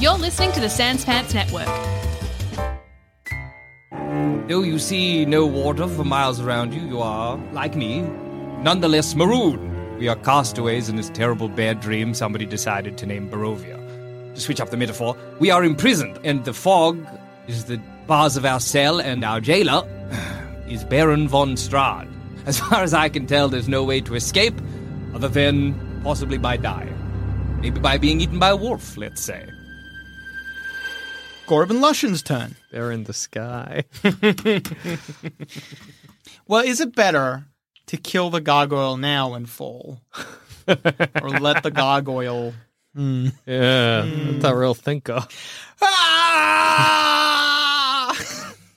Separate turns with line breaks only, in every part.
You're listening to the Sans Pants Network.
Though you see no water for miles around you, you are, like me, nonetheless marooned. We are castaways in this terrible bad dream somebody decided to name Barovia. To switch up the metaphor, we are imprisoned, and the fog is the bars of our cell, and our jailer is Baron von Strad. As far as I can tell, there's no way to escape other than possibly by dying. Maybe by being eaten by a wolf, let's say.
Corbin Lushen's turn.
They're in the sky.
Well, is it better to kill the gargoyle now and fall? or let the gargoyle.
yeah,
Hmm.
that's a real thinker.
Ah!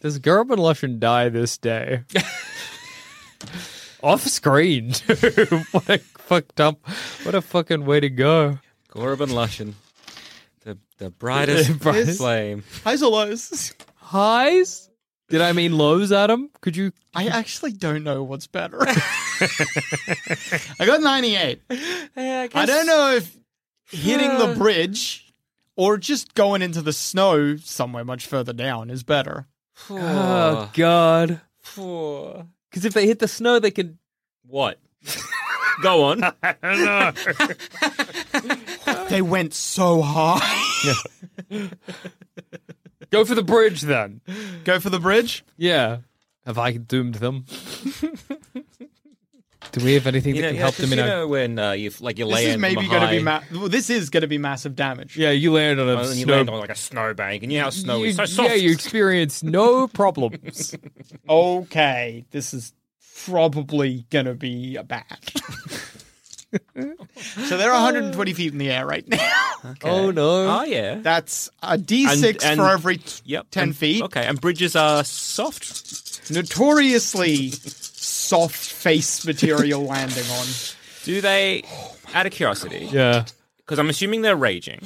Does Gerben Lushen die this day? Off screen, dude. What a fucked up. What a fucking way to go.
Gorban Lushan. The, the brightest
brightest.
flame.
Highs or lows?
Highs? Did I mean lows, Adam? Could you?
I actually don't know what's better. I got 98. I don't know if hitting the bridge or just going into the snow somewhere much further down is better.
Oh God.
Poor.
Because if they hit the snow, they can.
What? Go on.
They went so high.
Go for the bridge then.
Go for the bridge.
Yeah. Have I doomed them? Do we have anything
You
that
know,
can
yeah,
help
'cause
them in
you
our-
know when uh, you like you
This
land
is maybe
from
going to be
high,
ma- well, this is going to be massive damage.
Yeah, you land on a
and then you
snow.
land on like a snowbank, and you know how snow
you,
is so soft.
Yeah, you experience no problems.
Okay, this is probably going to be bad. so they're 120 feet in the air right now.
Oh no!
Oh yeah.
That's a d6
And- and-
for every t-
Yep.
10
and-
feet.
Okay, and bridges are soft.
Notoriously soft face material landing on.
Do they? Out of curiosity,
Yeah,
because I'm assuming they're raging.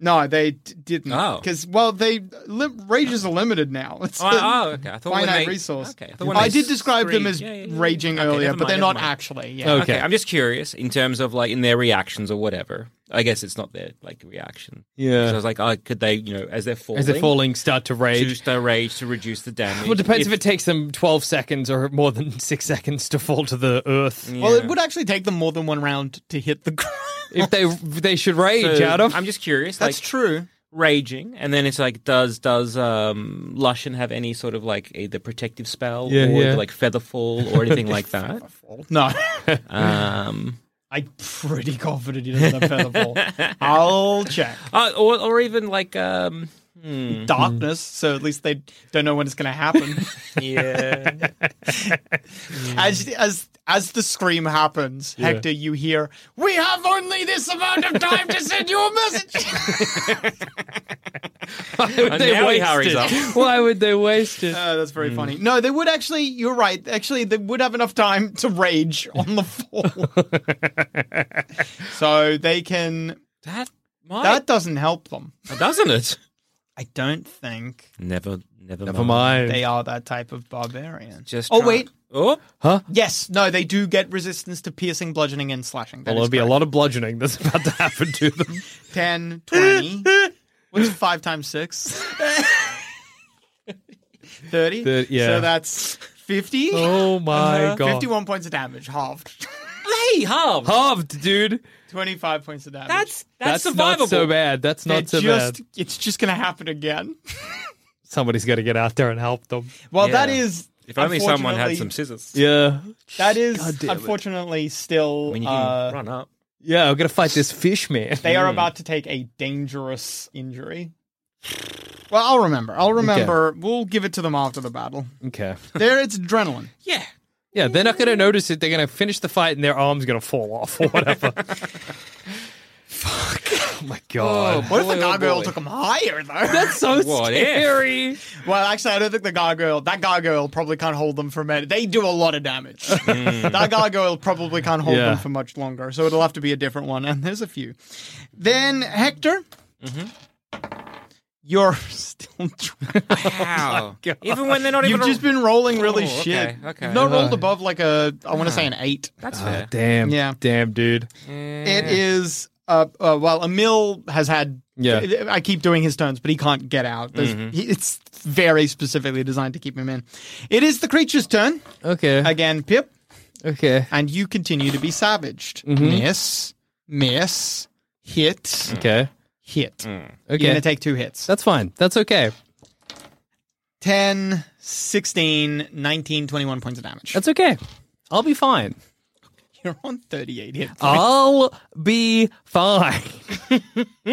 No, they d- didn't.
Oh.
Because, well, they lim- rages are limited now. It's
Oh,
the
oh, okay. I thought when
finite
they-
resource.
okay, I
I,
thought when they
did describe them
scream-
as
Yeah, yeah, yeah.
raging
Okay,
earlier,
never
but they're
mind,
not
never mind.
actually. Yeah.
Okay.
Okay, I'm just curious in terms of like in their reactions or whatever. I guess it's not their like reaction. 'Cause I
yeah.
was like, oh, could they, you know, as they're falling,
As they're falling, start to rage.
reduce their rage to reduce the damage?
Well, it depends if, it takes them twelve seconds or more than six seconds to fall to the earth.
Well, it would actually take them more than one round to hit the ground.
If they they should rage,
So,
Adam.
I'm just curious.
That's
like,
true.
raging, and then it's like, does does um Lushan have any sort of like either protective spell
Yeah,
or
yeah.
like featherfall or anything like that?
No.
Um,
I'm pretty confident he doesn't have feather fall. I'll check.
uh, or or even like um, hmm,
Darkness, so at least they don't know when it's going to happen.
yeah,
as as as the scream happens, Hector, you hear, "We have only this amount of time to send you a message."
Why would
And
they
now he
waste
hurries
it?
up. Hmm.
Why would they waste it?
Uh, that's very funny. No, they would actually. You're right. Actually, they would have enough time to rage on the fall, so they can.
that might
That doesn't help them.
doesn't it?
I don't think
Never, never,
Never mind.
they are that type of barbarian.
Just
oh
try-
wait,
Oh,
yes, no, they do get resistance to piercing, bludgeoning, and slashing. That
well, there'll
is
be a
correct.
lot of bludgeoning that's about to happen to them.
10, 20. What's five times six? 30?
Thir- yeah.
So that's 50?
Oh my god.
51 points of damage, halved.
Hey, Harv.
Halved, dude.
25 points of damage.
That's that's, survivable.
not so bad. That's
They're
not so
just,
bad.
It's just going to happen again.
Somebody's got to get out there and help them.
Well, that
Yeah.
is.
If only someone had
unfortunately-
some scissors.
Yeah.
That is
God damn it.
unfortunately still.
I mean, you can
uh,
run up.
Yeah, I'm gonna fight this fish man.
they
Hmm.
are about to take a dangerous injury. Well, I'll remember. I'll remember. We'll give it to them after the battle.
Okay.
There, it's adrenaline.
Yeah.
Yeah, they're not gonna notice it. They're gonna finish the fight and their arm's gonna fall off or whatever. Fuck. Oh my god.
What if the gargoyle took them higher, though?
That's so
What if?
scary.
Well, actually, I don't think the gargoyle. That gargoyle probably can't hold them for a minute. They do a lot of damage.
Hmm.
that gargoyle probably can't hold
Yeah.
them for much longer. So it'll have to be a different one. And there's a few. Then Hector,
Mm-hmm.
you're still.
Wow. even when they're not even.
You've just been rolling really
Oh, okay,
shit.
okay. Uh,
You've not rolled above like a. I want to say an eight.
That's
Oh,
fair.
damn.
Yeah.
Damn, dude.
It is. Uh, uh, well, Emil has had.
Yeah. Mm-hmm.
I keep doing his turns, but he can't get out. There's, he, it's very specifically designed to keep him in. It is the creature's turn
Okay.
again, Pip.
okay. Mm-hmm.
and you continue to be savaged. Miss, miss, hit,
Okay. Mm.
hit. You're
Okay.
going to take two hits.
That's fine. That's okay.
10, 16, 19, 21 points of damage.
That's okay. I'll be fine. Ah.
You're on 38 hits.
I'll be fine.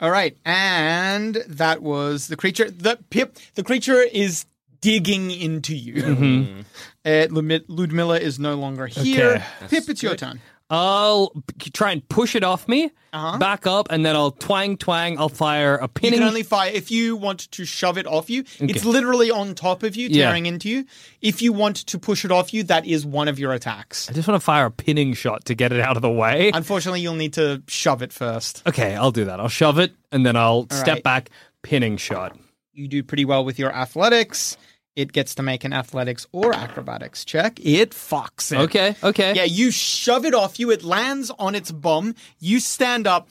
All right. And that was the creature. The pip, the creature is digging into you.
Mm-hmm.
Mm.
Uh, Lumi- Ludmilla is no longer here.
Okay.
Pip, it's your turn.
I'll p- try and push it off me, back up, and then I'll twang, twang. I'll fire
Uh-huh.
a
You
pinning.
can only fire if you want to shove it off you. It's literally on top of you,
Yeah.
tearing into you. If you want to push it off you, that is one of your attacks.
I just want to fire a pinning shot to get it out of the way.
Unfortunately, you'll need to shove it first.
okay, I'll do that. I'll shove it, and then I'll step
right.
back, pinning shot.
You do pretty well with your athletics. It gets to make an athletics or acrobatics check. It fucks it.
Okay, okay.
Yeah, you shove it off you. It lands on its bum. You stand up,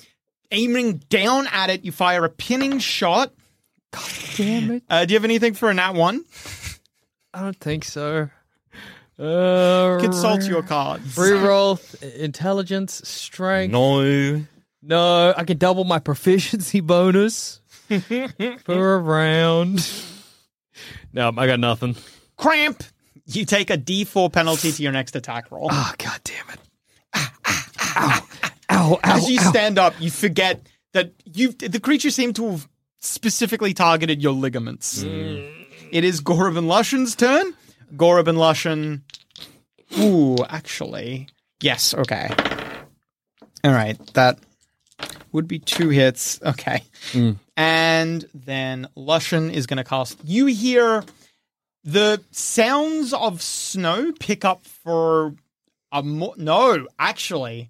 aiming down at it. You fire a pinning shot.
Damn it.
Uh, do you have anything for a nat one?
I don't think so. Uh,
Consult your cards.
Reroll th- intelligence, strength.
No.
No, I can double my proficiency bonus for a round. No, I got nothing.
Cramp. You take a D4 penalty to your next attack roll. Ah,
Oh, god damn it. Ow, ow, ow.
As you stand up, you forget that you the creature seemed to have specifically targeted your ligaments.
Mm.
It is Gorub and Lushen's turn. Gorub and Lushen. Ooh, actually. Yes, okay. All right, that would be two hits. Okay.
Mm.
And then Lushen is going to cast. You hear the sounds of snow pick up for a mo- no, actually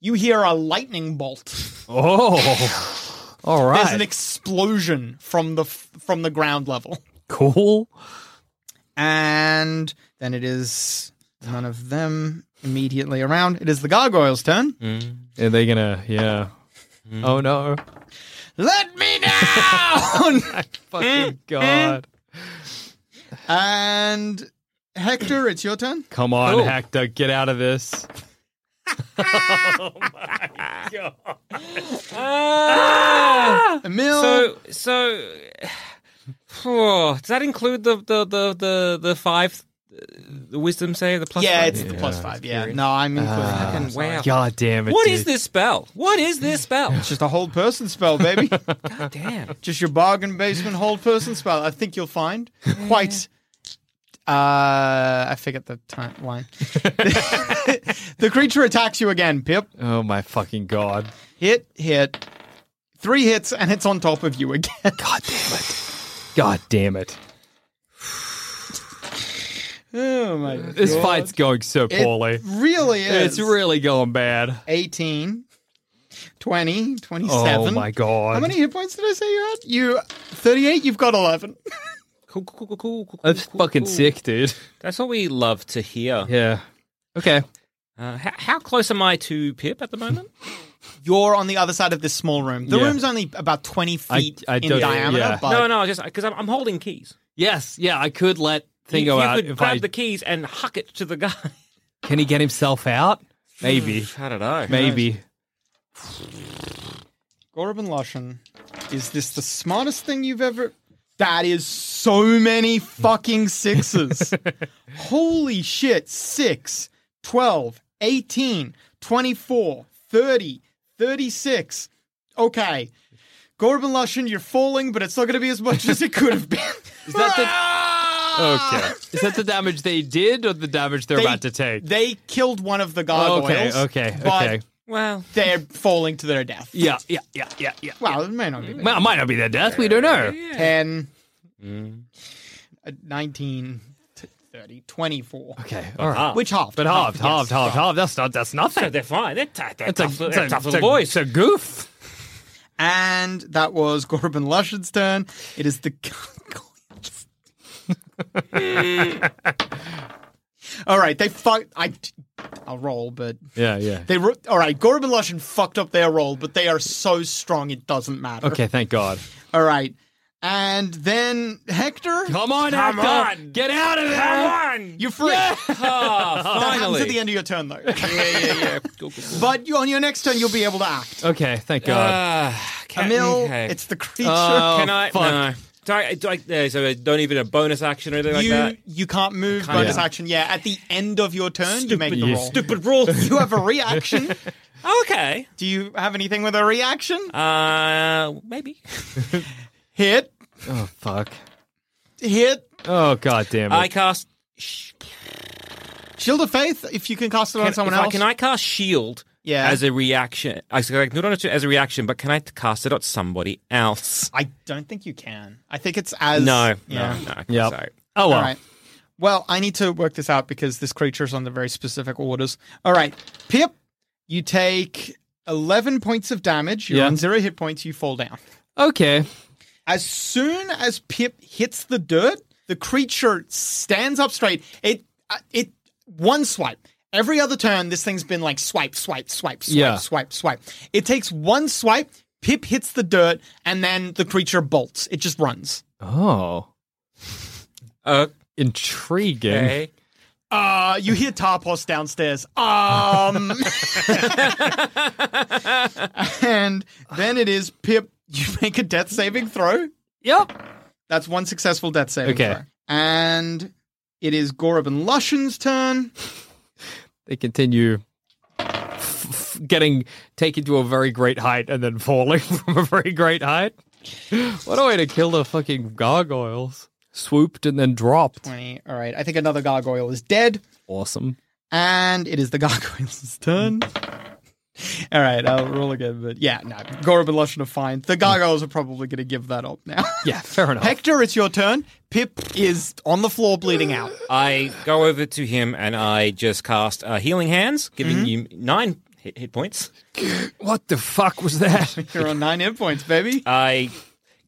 you hear a lightning bolt.
Oh. All
There's an
right.
explosion from the f- from the ground level,
cool.
and then it is none of them immediately around. It is the gargoyle's turn.
Are they gonna? Yeah. Oh no!
Let me down!
Fucking god!
and Hector, it's your turn.
Come on, Hector, get out of this.
Ah! Emil,
Ah! So so. Oh, does that include the the the the, the five? The wisdom save the plus.
yeah,
five? Ah,
it's the plus five. Yeah, no, I'm including. that. I'm sorry.
wow.
God damn it!
What
dude.
is this spell? What is this spell?
It's just a hold person spell, baby.
Damn.
just your bargain basement hold person spell. I think you'll find quite. Uh, I forget the timeline. the creature attacks you again, Pip.
Oh my fucking god!
Hit, hit. Three hits, and it's on top of you again.
God damn it! God damn it!
oh my god.
This fight's going so poorly.
Really is.
it's really going bad.
18, 20, 27.
Oh my god!
How many hit points did I say you had? You 38, you've got 11.
Cool, cool, cool, cool, cool,
That's
cool,
fucking
cool.
sick, dude.
That's what we love to hear.
Yeah. Okay.
Uh, how, how close am I to Pip at the moment?
You're on the other side of this small room. The
Yeah.
room's only about 20
I-
feet
I
in
don't-
diameter,
yeah.
but
no, no, just because I'm, I'm holding keys.
Yes, yeah, I could let Thing
you,
go
you
out.
could
If
grab
I,
the keys and huck it to the guy.
Can he get himself out? Maybe,
I don't know.
maybe.
Gorban Lushan, is this the smartest thing you've ever? That is so many fucking sixes. Holy shit. 6, 12, 18, 24, 30, 36. Okay. Gorban Lushan, you're falling, but it's not going to be as much as it could have been.
Is
Ah.
that the okay? Is that the damage they did, or the damage they're
They-
about to take?
They killed one of the
okay,
gargoyles.
okay,
but
okay.
Well,
They're falling to their death.
Yeah, yeah, yeah, yeah, yeah.
Wow, it may not be. that.
Well, it might not be their death. We don't know.
10, uh, 19, t- 30, 24.
Okay, all right.
Which half?
But halved,
yes,
halved, halved, halved. That's not. That's
so
nothing.
they're fine. They're, t- they're
It's
tough,
a,
they're
it's a,
tough
it's
little
a,
boys.
it's a goof.
And that was Gorban Lush's turn. It is the gargoyles. All right, they fuck. I, I'll roll, but
Yeah, yeah.
they. Ro- All right, Gorban Lushin fucked up their roll, but they are so strong it doesn't matter.
Okay, thank God.
All right, and then Hector,
Come on,
Come
Hector.
on.
Get out of there.
Come on!
you're free.
Ah,
That happens at
finally.
the end of your turn, though. yeah, yeah, yeah. But you, on your next turn, you'll be able to act.
Okay, thank God.
Ah, cat-
Emil,
okay.
it's the creature.
Oh,
Can I?
fuck.
No. Sorry, do I, uh, so I don't even a bonus action or anything like
you
that.
you can't move
can't
bonus
move.
action. Yeah, at the end of your turn, you make the
you
roll.
Stupid rule. Oh,
You have a reaction.
okay.
Do you have anything with a reaction?
Uh, maybe.
Hit,
oh fuck.
hit.
Oh god damn it.
I cast. Sh-
Shield of Faith, if you can cast it on
can,
someone
if I-
else.
can I cast shield?
Yeah.
As a reaction, I was like, not on it as a reaction, but can I cast it on somebody else?
I don't think you can. I think it's as.
No,
Yeah.
no, no. okay,
Yep.
Sorry.
oh well.
All right. Well, I need to work this out because this creature is under very specific orders. All right. Pip, you take 11 points of damage. You're
Yeah.
on zero hit points. You fall down.
Okay.
As soon as Pip hits the dirt, the creature stands up straight. It uh, it one swipe. Every other turn, this thing's been like swipe, swipe, swipe, swipe,
Yeah.
swipe, swipe. It takes one swipe. Pip hits the dirt, and then the creature bolts. It just runs.
Oh. Intriguing.
Okay.
Uh, you hear Tarpos downstairs. Um, and then it is Pip. You make a death saving throw.
Yep.
That's one successful death saving
Okay.
throw. And it is Gorub and Lushin's turn.
They continue f- f- getting taken to a very great height and then falling from a very great height. What a way to kill the fucking gargoyles. Swooped and then dropped.
20. All right. I think another gargoyle is dead.
Awesome.
And it is the gargoyle's turn. All right. I'll roll again. But yeah, no. Gorub and Lushin are fine. The gargoyles are probably going to give that up now.
Yeah, fair enough.
Hector, it's your turn. Pip is on the floor bleeding out.
I go over to him and I just cast uh, healing hands, giving you nine hit, hit points.
Mm-hmm. What the fuck was that?
You're on nine hit points, baby.
I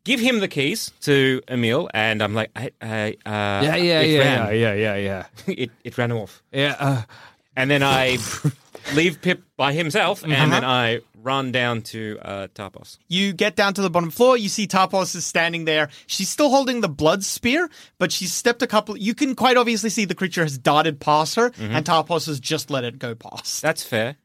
give him the keys to Emil, and I'm like, I, I, uh,
yeah, yeah,
it
yeah, yeah,
ran.
yeah, yeah, yeah.
it, it ran off.
Yeah, uh,
And then I leave Pip by himself,
Uh-huh.
and then I run down to uh, Tarpos.
You get down to the bottom floor. You see Tarpos is standing there. She's still holding the blood spear, but she's stepped a couple. You can quite obviously see the creature has darted past her,
Mm-hmm.
and Tarpos has just let it go past.
That's fair.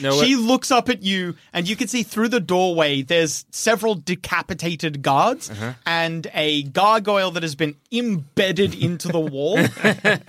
No,
she
it-
looks up at you, and you can see through the doorway there's several decapitated guards
Uh-huh.
and a gargoyle that has been embedded into the wall.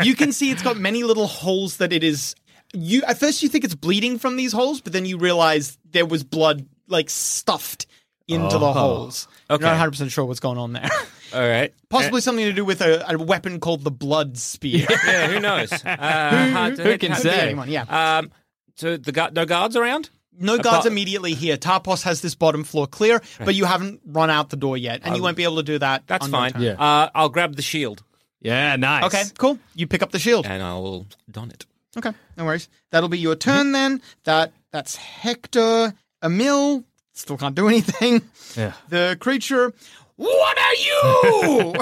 you can see it's got many little holes that it is. You at first you think it's bleeding from these holes, but then you realize there was blood like stuffed into
Oh.
Oh.
the holes. You're not 100 percent sure what's going on there.
all right.
Possibly something to do with a, a weapon called the blood spear.
Yeah, who knows? Uh, hard to-
who can
hard to-
Could be
say?
anyone, yeah.
Um, so the gu- no guards around.
No guards
Apart-
immediately here. Tarpos has this bottom floor clear, but you haven't run out the door yet, and you won't be able to do that.
That's
on your
fine.
turn.
Yeah.
Uh, I'll grab the shield
yeah, nice.
Okay, cool. You pick up the shield.
and I'll don it.
Okay, no worries. That'll be your turn then. That that's Hector. Emil still can't do anything.
Yeah.
The creature. What are you?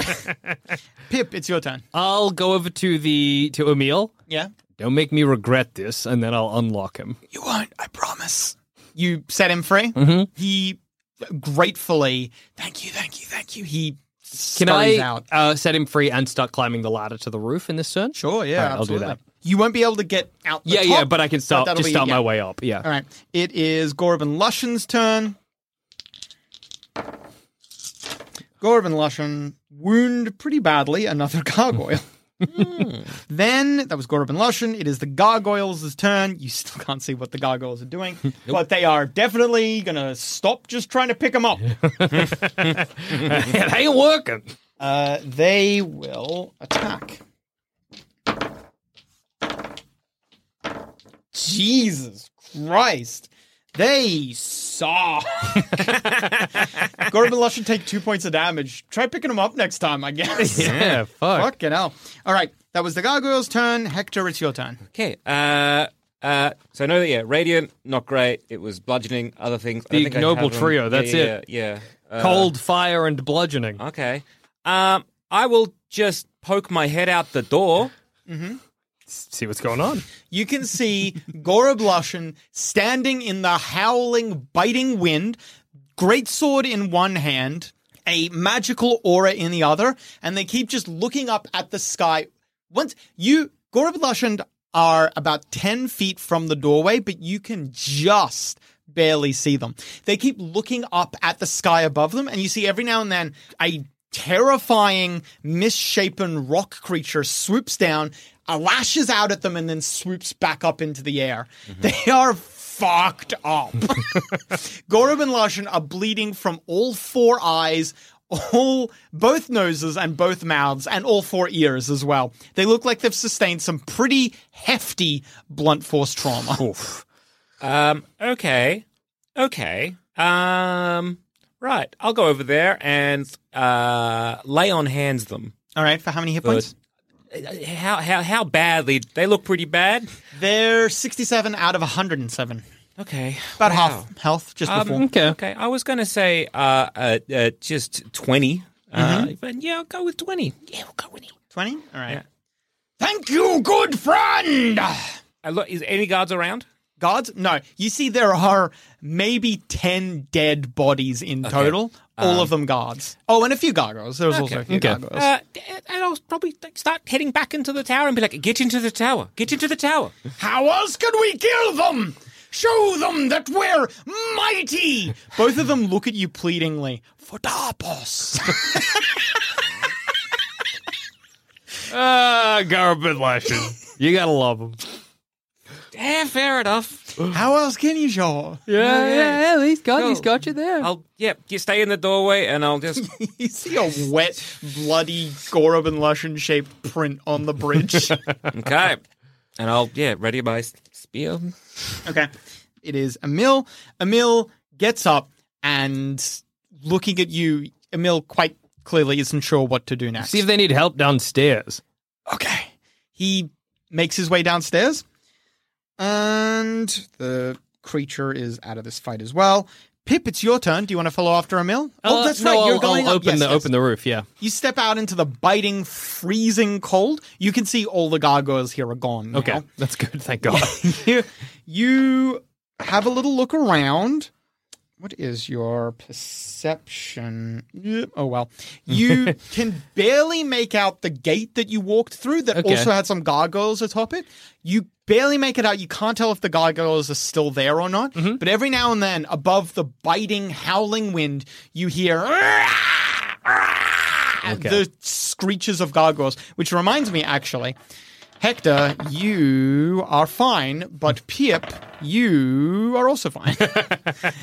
Pip, it's your turn.
I'll go over to the to Emil.
Yeah.
Don't make me regret this, and then I'll unlock him.
You won't. I promise. you set him free.
Mm-hmm.
Mhm.
He gratefully, thank you, thank you, thank you. He
Can
scurries
I
out.
Uh, set him free and start climbing the ladder to the roof in this turn?
Sure, yeah,
Alright, I'll do
absolutely.
that.
You won't be able to get out. The
Yeah,
top,
yeah, but I can
but
start
that'll
just
be-
start
yeah.
my way up. Yeah.
All right, it is Gorban Lushen's turn. Gorban Lushen wound pretty badly another gargoyle.
Hmm.
Then that was Gorban Lushen. It is the gargoyles' turn. You still can't see what the gargoyles are doing, but they are definitely gonna stop just trying to pick them up.
it ain't working.
Uh, they will attack. Jesus Christ. They saw. Gordon Lush should take two points of damage. Try picking them up next time, I guess.
Yeah, fuck.
Fucking hell. All right. That was the gargoyle's turn. Hector, it's your turn.
Okay. Uh, uh, so I know that yeah, radiant, not great. It was bludgeoning, other things. I
The
think I
ignoble
have them.
trio,
Yeah,
that's
yeah,
it.
Yeah. yeah. Uh,
Cold, fire, and bludgeoning.
Okay. Um, I will just poke my head out the door.
Mm-hmm. See what's going on.
You can see Gorb Lushin standing in the howling, biting wind, greatsword in one hand, a magical aura in the other, and they keep just looking up at the sky. Once you, Gorb Lushin, are about 10 feet from the doorway, but you can just barely see them. They keep looking up at the sky above them, and you see every now and then a terrifying, misshapen rock creature swoops down, uh, lashes out at them, and then swoops back up into the air. They are fucked up. Gorub and Lushin are bleeding from all four eyes. All both noses and both mouths and all four ears as well. They look like they've sustained some pretty hefty blunt force trauma.
Um, okay. Okay. Um, right. I'll go over there and uh, lay on hands them.
All right, for how many hit
But-
points?
How how Uh, how badly they look pretty bad.
They're 67 out of 107.
Okay,
About
Wow.
half health, just
Um,
before.
Okay, I was gonna say uh, uh, uh just twenty,
Mm-hmm.
uh, but yeah, I'll go with twenty. Yeah, we'll go with twenty.
20? All right. Thank you, good friend!
Uh, look, is any guards around?
Guards? No. You see, there are maybe 10 dead bodies in total. All of them guards. Oh, and a few gargoyles. There was also a few gargoyles.
Um, Uh, and I'll probably start heading back into the tower and be like, "Get into the tower! Get into the tower!"
How else could we kill them? Show them that we're mighty! Both of them look at you pleadingly. For Darpos.
Ah, uh, Garbage You gotta love him.
yeah, fair enough.
How else can you show up?
Oh, Yeah, yeah, yeah. He's got,
he's got
you there.
I'll yeah, you stay in the doorway, and I'll just
You see a wet, bloody, Gorob and Lushin shaped print on the bridge.
okay, and I'll yeah, ready my s- spear.
Okay. It is Emil. Emil gets up and looking at you, Emil quite clearly isn't sure what to do next.
See if they need help downstairs.
okay. He makes his way downstairs. And the creature is out of this fight as well. Pip, it's your turn. Do you want to follow after Emil?
Uh,
oh, that's
no,
right. You're
I'll-
going
I'll
up.
open
Yes,
the
yes.
open the roof. Yeah.
You step out into the biting, freezing cold. You can see all the gargoyles here are gone. now.
Okay, that's good. Thank God.
you, you have a little look around. What is your perception? Yep, Oh, well. You can barely make out the gate that you walked through that
Okay.
also had some gargoyles atop it. You barely make it out. You can't tell if the gargoyles are still there or not. But every now and then, above the biting, howling wind, you hear. Ah, The screeches of gargoyles, which reminds me actually, Hector, you are fine, but Pip, you are also fine.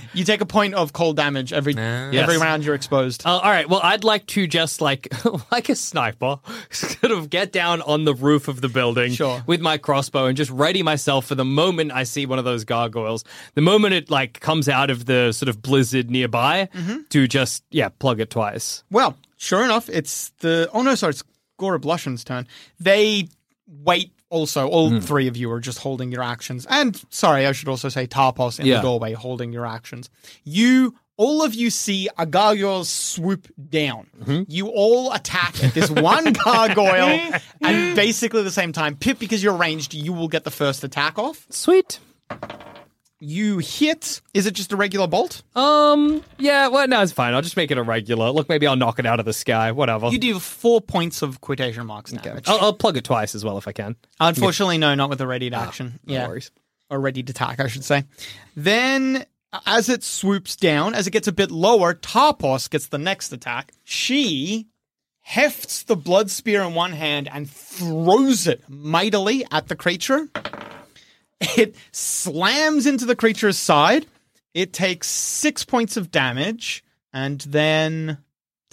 you take a point of cold damage every every
Yes.
round you're exposed.
Uh, all right. Well, I'd like to just like like a sniper, sort of get down on the roof of the building
Sure.
with my crossbow and just ready myself for the moment I see one of those gargoyles. The moment it like comes out of the sort of blizzard nearby,
Mm-hmm.
to just yeah plug it twice.
Well, sure enough, it's the oh no, sorry, it's Gora Blushin's turn. They wait. Also, all
Hmm.
three of you are just holding your actions. And sorry, I should also say Tarpos in
Yeah.
the doorway holding your actions. You, all of you, see a gargoyle swoop down.
Mm-hmm.
You all attack at this one gargoyle, and basically the same time. Pip, because you're ranged, you will get the first attack off.
Sweet.
you hit. Is it just a regular bolt?
Um, yeah, well, no, it's fine. I'll just make it a regular. Look, maybe I'll knock it out of the sky, whatever.
You deal four points of quotation marks damage.
I'll, I'll plug it twice as well if I can.
Unfortunately, no, not with a ready to action.
Ah, no
yeah,
worries.
or ready to attack, I should say. Then, as it swoops down, as it gets a bit lower, Tarpos gets the next attack. She hefts the blood spear in one hand and throws it mightily at the creature. It slams into the creature's side. It takes six points of damage, and then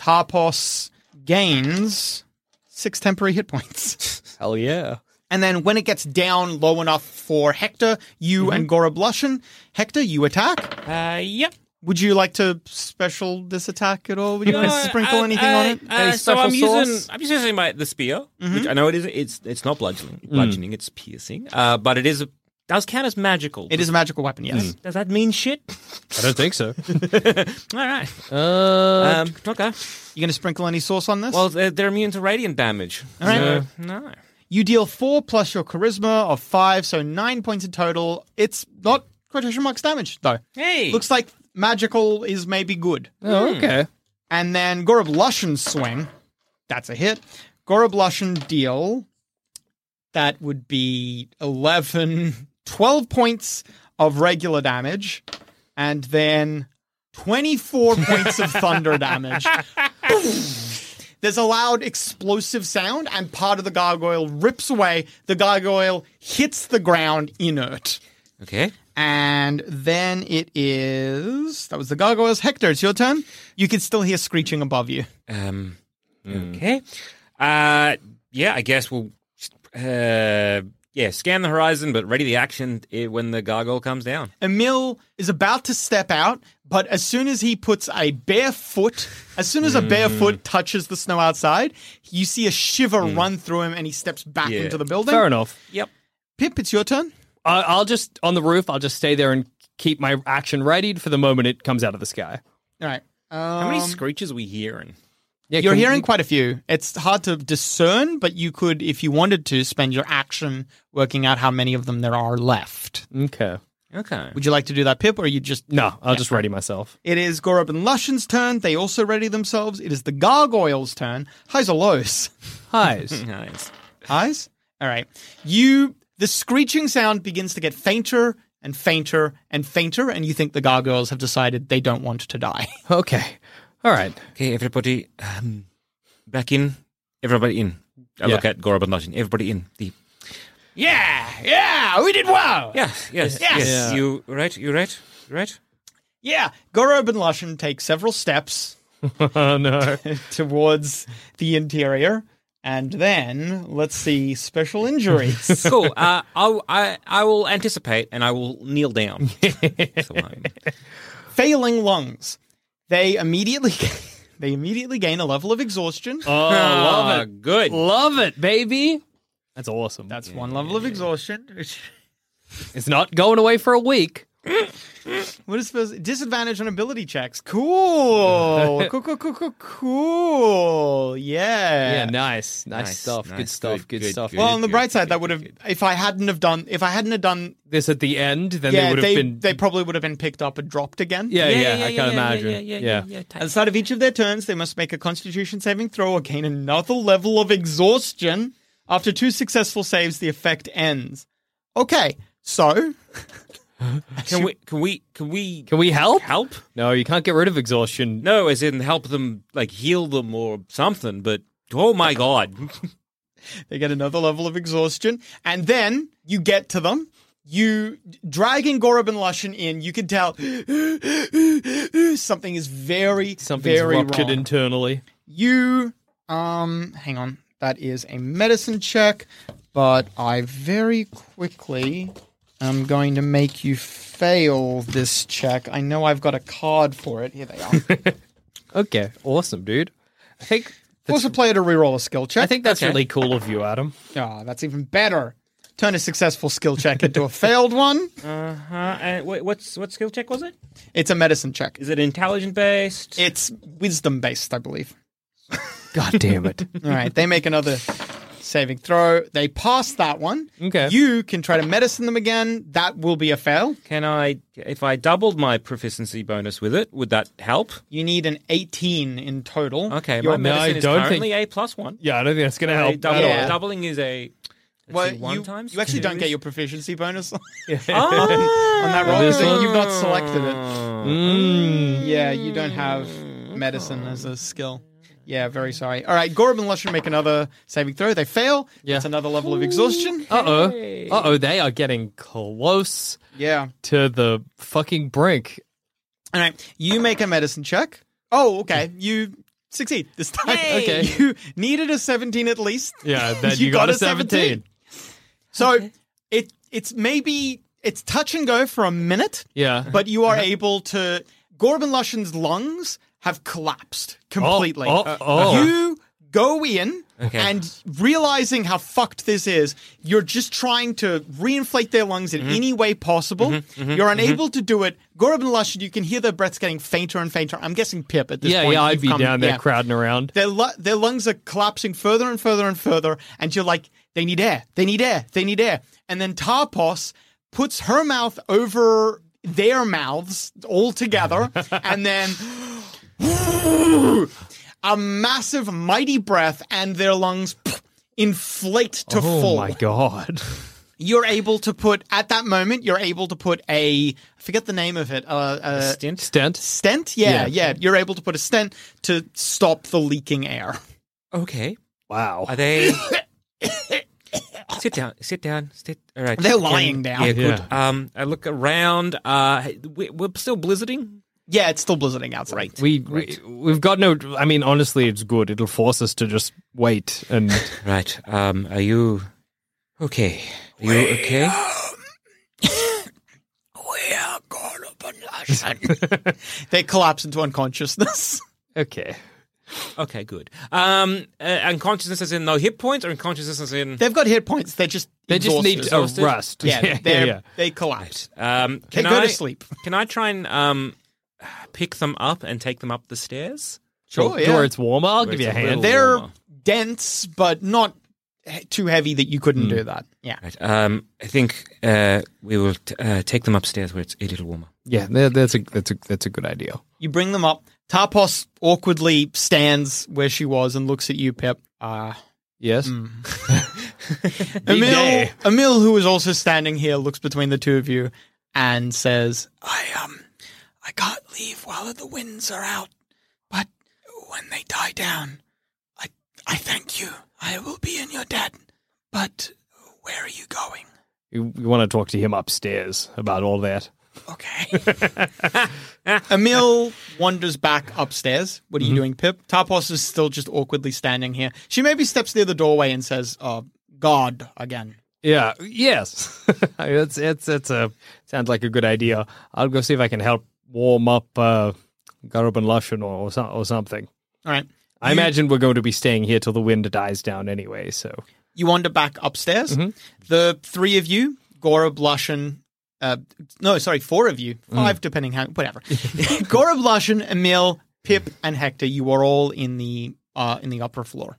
Tarpos gains six temporary hit points.
Hell yeah.
And then when it gets down low enough for Hector, you
Mm-hmm.
and Gora Blushin, Hector, you attack.
Uh, yep.
Would you like to special this attack at all? Would you want to
Uh,
sprinkle
uh,
anything
uh,
on it?
uh, so I'm
special sauce?
using I'm just using my the spear,
Mm-hmm.
which I know it is it's it's not
Mm.
bludgeoning, bludgeoning it's piercing, uh, but it is does count as magical.
It is a magical weapon, yes.
Does that mean shit?
Mm. I don't think so.
All right.
Uh,
Um, okay.
You going to sprinkle any sauce on this?
Well, they're, they're immune to radiant damage. All
right.
No.
you deal four plus your charisma of five, so nine points in total. It's not quotation marks damage, though.
Hey. Hmm.
Looks like magical is maybe good.
oh, okay.
And then Gorob Lushin's swing. That's a hit. Gorob Lushin deal. That would be 11, 12 points of regular damage. And then 24 points of thunder damage. Boom. There's a loud explosive sound, and part of the gargoyle rips away. The gargoyle hits the ground inert.
Okay.
And then it is. That was the gargoyles. Hector, it's your turn. You can still hear screeching above you.
Um,
Hmm.
Okay. Uh, yeah, I guess we'll. Uh, yeah, scan the horizon, but ready the action eh, when the gargoyle comes down.
Emil is about to step out, but as soon as he puts a bare foot, as soon as a bare
Hmm.
foot touches the snow outside, you see a shiver run through him and he steps back
Yeah.
into the building.
Fair enough.
Yep.
Pip, it's your turn.
I, I'll just, on the roof, I'll just stay there and keep my action readied for the moment it comes out of the sky.
All right.
How many
Um,
screeches are we hearing?
Yeah,
you're
can-
hearing quite a few. It's hard to discern, but you could, if you wanted to, spend your action working out how many of them there are left.
Okay.
Okay.
Would you like to do that, Pip, or you just
No, I'll just ready myself.
It is Gorob and Lushin's turn. They also ready themselves. It is the Gargoyle's turn. Highs or lows?
Highs.
Nice.
Highs? All right. You, the screeching sound begins to get fainter and fainter and fainter, and you think the Gargoyles have decided they don't want to die.
okay. All right.
Okay, everybody, um, back in. Everybody in. I
Yeah.
look at Gorob and Lushin. Everybody in. Deep.
yeah, yeah, we did well.
Yeah. Yes. Yes.
Yeah.
You right? You right? You right?
Yeah. Gorob and Lushin take several steps
Oh, no.
towards the interior, and then let's see special injuries.
cool. Uh, I'll, I I will anticipate and I will kneel down. So, um,
Failing lungs. They immediately. They immediately gain a level of exhaustion.
Oh, love
ah,
it.
Good.
Love it, baby. That's awesome.
That's one level of exhaustion. which-
It's not going away for a week.
What is supposed disadvantage on ability checks? Cool. cool, cool, cool, cool, cool. Yeah.
Yeah, nice, nice,
Nice,
stuff,
nice,
good stuff,
good,
good,
good,
stuff.
good.
well, on the
good,
bright side, that would have if I hadn't have done if I hadn't have done
this at the end, then they
yeah
would have
they
been.
they probably would have been picked up and dropped again.
yeah, yeah,
yeah,
I
yeah,
can
yeah,
imagine.
yeah, yeah, yeah, yeah,
At the start of each of their turns, they must make a Constitution saving throw or gain another level of exhaustion. After two successful saves, the effect ends. Okay, so
Can we? Can we? Can we?
Can we help?
help?
No, you can't get rid of exhaustion.
No, as in help them, like heal them or something. But oh my god,
They get another level of exhaustion. And then you get to them. You dragging Gorob and Lushin in, you can tell something is very,
Something's
very
ruptured
wrong.
internally.
you, um, hang on. That is a medicine check, but I very quickly am going to make you fail this check. I know I've got a card for it. Here they are.
Okay, awesome, dude. I think
Force a player to reroll a skill check.
I think that's really cool of you, Adam.
Ah, that's even better. Turn a successful skill check into a failed one.
uh, uh, wait, what's what skill check was it?
It's a medicine check.
Is it intelligent based?
It's wisdom based, I believe.
God damn it!
All right, they make another saving throw. They pass that one.
Okay.
You can try to medicine them again. That will be a fail.
Can I, if I doubled my proficiency bonus with it, would that help?
You need an 18 in total.
Okay,
Your
my medicine
I
is
don't
currently a plus one.
Yeah, I don't think that's gonna
Uh,
help.
double-
at all.
Yeah.
Doubling is a let's
Well,
see, one
you,
times.
you actually don't get your proficiency bonus on
oh,
that roll.
This
so
one?
You've not selected it.
Mm.
Yeah, you don't have medicine as a skill. Yeah, very sorry. All right, Gorb and Lusher make another saving throw. They fail.
Yeah.
That's another level of exhaustion.
Uh oh. Uh oh. They are getting close
Yeah.
to the fucking brink.
All right, you make a medicine check. Oh, okay. You succeed this time.
Okay.
You needed a 17 at least.
Yeah. Then you, got, a seventeen.
So it it's maybe it's touch and go for a minute,
Yeah.
but you are able to Gorban Lushin's lungs have collapsed completely.
Oh, oh, oh.
You go in
Okay.
and realizing how fucked this is, you're just trying to reinflate their lungs in any way possible. you're unable to do it. Gorban Lushin, you can hear their breaths getting fainter and fainter. I'm guessing Pip at this
yeah.
point.
Yeah. I'd
you've
be
come-
down there
yeah.
crowding around.
Their, lu- their lungs are collapsing further and further and further, and you're like, they need air, they need air, they need air. And then Tarpos puts her mouth over their mouths all together, and then a massive, mighty breath, and their lungs inflate to
oh
full.
my god.
You're able to put, at that moment, you're able to put a, I forget the name of it, uh, uh,
stint.
Stent.
stent? Yeah,
Yeah.
yeah. You're able to put a stent to stop the leaking air.
Okay,
Wow.
are they? sit down. Sit down. Sit. All right.
They're
Can-
lying down.
Yeah, good.
Yeah.
Um, I look around. Uh, hey, we- we're still blizzarding.
Yeah, it's still blizzarding outside. Right.
we, we we've got no. I mean, honestly, it's good. It'll force us to just wait and
Right. Um, are you okay? Are you okay?
They collapse into unconsciousness.
okay.
Okay, good. Um, uh, unconsciousness as in no hit points, or unconsciousness as in
They've got hit points. They're just
They just need a
exhausted.
rest.
Yeah,
Oh, yeah,
they're,
yeah.
they collapse.
um,
They
can
go
I
to sleep.
Can I try and um, pick them up and take them up the stairs?
Sure,
To Where it's warmer. I'll
Where
give you
it's
a
a little-
hand.
They're
warmer.
dense, but not he- too heavy that you
Hmm.
couldn't do that. Yeah.
Right. Um, I think uh, we will t- uh, take them upstairs where it's a little warmer.
Yeah, that- that's a that's a that's a good idea.
You bring them up. Tarpos awkwardly stands where she was and looks at you, Pip. Uh,
Ah, Yes.
Emil, Emil, who is also standing here, looks between the two of you and says, "I um, I can't leave while the winds are out, but when they die down, I I thank you. I will be in your debt. But where are you going?
You, you want to talk to him upstairs about all that?
Okay." Emil wanders back upstairs. What are
Mm-hmm.
you doing, Pip? Tarpos is still just awkwardly standing here. She maybe steps near the doorway and says, "Oh, God again."
Yeah. Yes. it's it's it's a sounds like a good idea. I'll go see if I can help warm up uh, Garub and Lushin or or, so, or something.
All right.
I imagine we're going to be staying here till the wind dies down anyway. So
you wander back upstairs.
Mm-hmm.
The three of you, Gora Blushin, uh, no, sorry, four of you,
Mm.
five, depending how, whatever. Gora Blushin, Emil, Pip, and Hector, you are all in the uh, in the upper floor.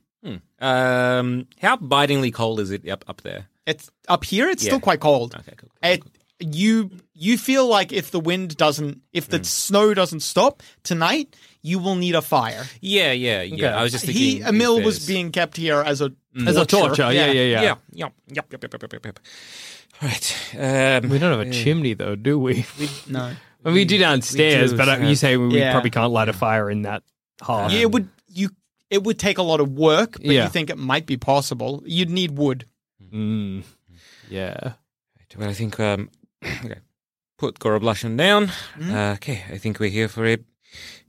Um, how bitingly Hmm. cold is it up up there?
It's up here. It's
Yeah.
still quite cold.
Okay, cool. cool.
It, you you feel like if the wind doesn't, if
Hmm.
the snow doesn't stop tonight, you will need a fire.
Yeah, yeah, yeah.
Okay.
I was just thinking.
He Emil
if
was
there's-
being kept here as a
Mm. as a torture. Yeah. Yeah.
Yeah,
Yeah.
yeah, yeah, yep, yep, yep, yep, yep, yep. All right. Um,
We don't have a chimney though, do we?
no.
I mean, we do downstairs,
do
but uh, you
have-
say we, we
Yeah.
probably can't light a fire in that half.
Yeah, it would you it would take a lot of work, but
Yeah.
you think it might be possible. You'd need wood.
Mm. Yeah.
Well, I think um, okay. Put Goroblushin down.
Mm.
Uh, okay, I think we're here for a,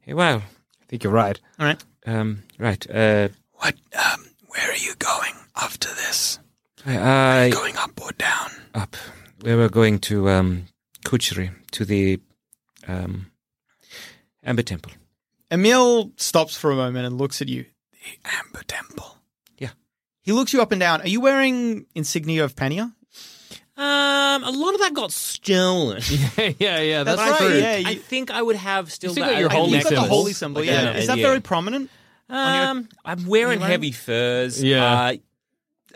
a while.
I think you're right.
All right.
Um, right. Uh,
What um where are you going after this?
I, I
Going up or down?
up. We were going to um, Kuchri to the um, Amber Temple.
Emil stops for a moment and looks at you. The Amber Temple.
Yeah.
He looks you up and down. Are you wearing insignia of Pania?
Um, a lot of that got stolen.
yeah, yeah, that's,
That's right,
true.
yeah.
I
you-
think I would have still.
still
that-
got your
I-
Oh,
holy
you've
I've
got the
symbol.
holy symbol,
Like,
yeah.
uh,
Is that
yeah.
very prominent?
Um, I'm wearing heavy furs.
Yeah.
Uh,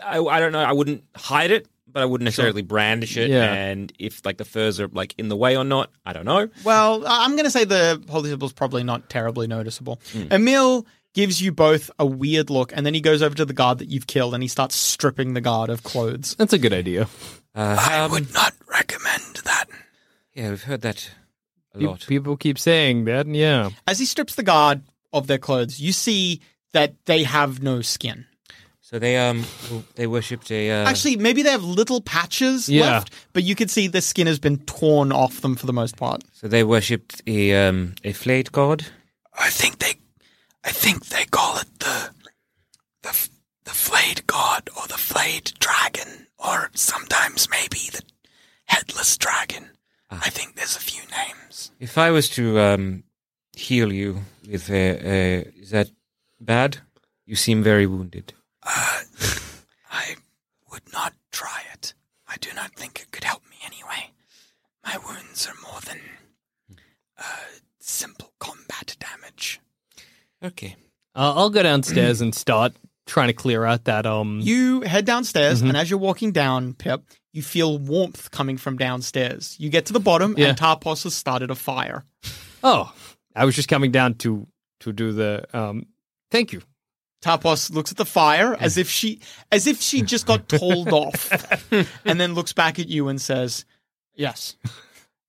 I, I don't know. I wouldn't hide it, but I wouldn't necessarily brandish it.
Yeah.
And if like the furs are like in the way or not, I don't know.
Well, I- I'm going to say the holy symbol's probably not terribly noticeable.
Hmm.
Emil gives you both a weird look, and then he goes over to the guard that you've killed, and he starts stripping the guard of clothes. Um,
That's a good idea.
Uh, I would not recommend that. Yeah, we've heard that a
Pe-
lot.
People keep saying that, and yeah.
As he strips the guard of their clothes, you see that they have no skin.
So they um well, they worshipped a uh,
Actually, maybe they have little patches
Yeah.
left, but you can see the skin has been torn off them for the most part.
so they worshipped a um a flayed god.
I think they, I think they call it the, the, f- the flayed god or the flayed dragon, or sometimes maybe the headless dragon. I think there's a few names.
If I was to um heal you with a, a is that bad? You seem very wounded.
I would not try it. I do not think it could help me anyway. My wounds are more than uh, simple combat damage.
Okay.
Uh, I'll go downstairs and start trying to clear out that. Um,
You head downstairs,
Mm-hmm.
and as you're walking down, Pip, you feel warmth coming from downstairs. You get to the bottom,
Yeah.
and Tarpos has started a fire.
oh, I was just coming down to to do the. Um, thank you.
Tapos looks at the fire as if she as if she just got told off and then looks back at you and says, "Yes."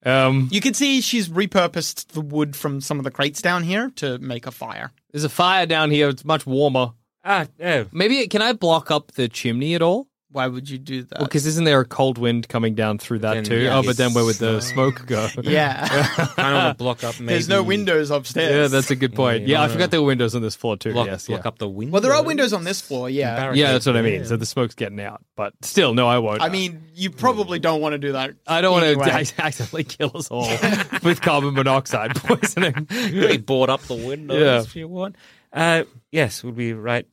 Um,
You can see she's repurposed the wood from some of the crates down here to make a fire.
there's a fire down here. It's much warmer.
Ah no.
Maybe it, can I block up the chimney at all?
Why would you do that?
Because isn't there a cold wind coming down through that
Then,
too?
yeah,
oh, but then where would the
it's-
smoke go?
yeah.
kind of wanna block up. Maybe
There's no windows upstairs.
Yeah, that's a good point.
Yeah,
Yeah, I
no.
forgot there were windows on this floor too.
Block,
yes,
block
yeah.
up the window.
Well, there are windows on this floor, yeah.
Barricade.
Yeah, that's what I mean. So the smoke's getting out, but still, no, I won't.
I mean, you probably don't want to do that.
I don't want to
anyway.
accidentally kill us all with carbon monoxide poisoning.
really board up the windows
Yeah.
if you want. Uh, yes, we'll be right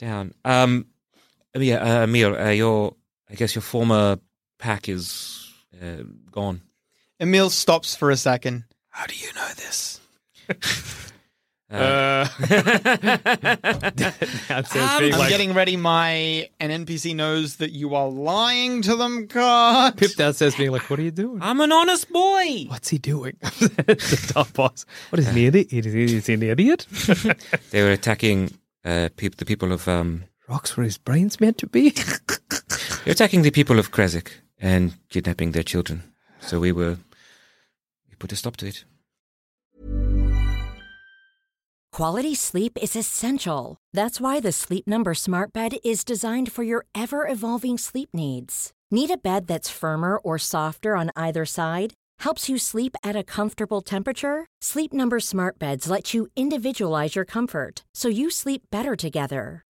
down. Um, yeah, uh, Emil, uh, your I guess your former pack is uh, gone.
Emil stops for a second.
How do you know this?
Uh,
I'm getting ready my an NPC knows that you are lying to them card.
Pip downstairs being like, "What are you doing?
I'm an honest boy.
What's he doing?" the top boss. What is he an idiot? Is he, is he an idiot?
They were attacking uh, peop the people of um,
Rocks where his brain's meant to be.
they're attacking the people of Kresik and kidnapping their children. So we were we put a stop to it.
Quality sleep is essential. That's why the Sleep Number Smart Bed is designed for your ever evolving sleep needs. Need a bed that's firmer or softer on either side? Helps you sleep at a comfortable temperature? Sleep Number Smart Beds let you individualize your comfort so you sleep better together.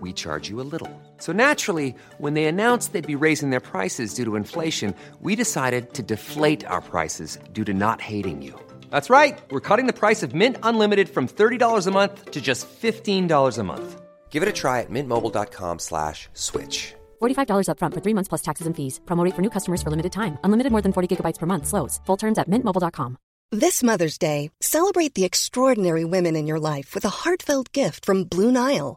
we charge you a little. So naturally, when they announced they'd be raising their prices due to inflation, we decided to deflate our prices due to not hating you. That's right. We're cutting the price of Mint Unlimited from $30 a month to just $15 a month. Give it a try at mintmobile.com slash switch.
$45 upfront for three months plus taxes and fees. Promo rate for new customers for limited time. Unlimited more than 40 gigabytes per month. Slows. Full terms at mintmobile.com.
This Mother's Day, celebrate the extraordinary women in your life with a heartfelt gift from Blue Nile.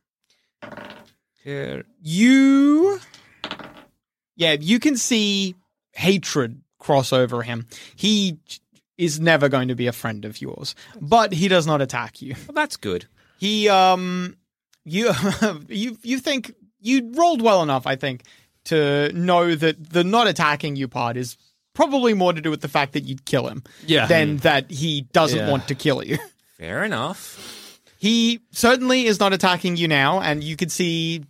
Here,
You, yeah, you can see hatred cross over him. He is never going to be a friend of yours, but he does not attack you.
well, that's good.
He, um, you, you, you think you rolled well enough, I think, to know that the not attacking you part is probably more to do with the fact that you'd kill him
Yeah.
than that he doesn't
Yeah.
want to kill you.
Fair enough.
He certainly is not attacking you now, and you could see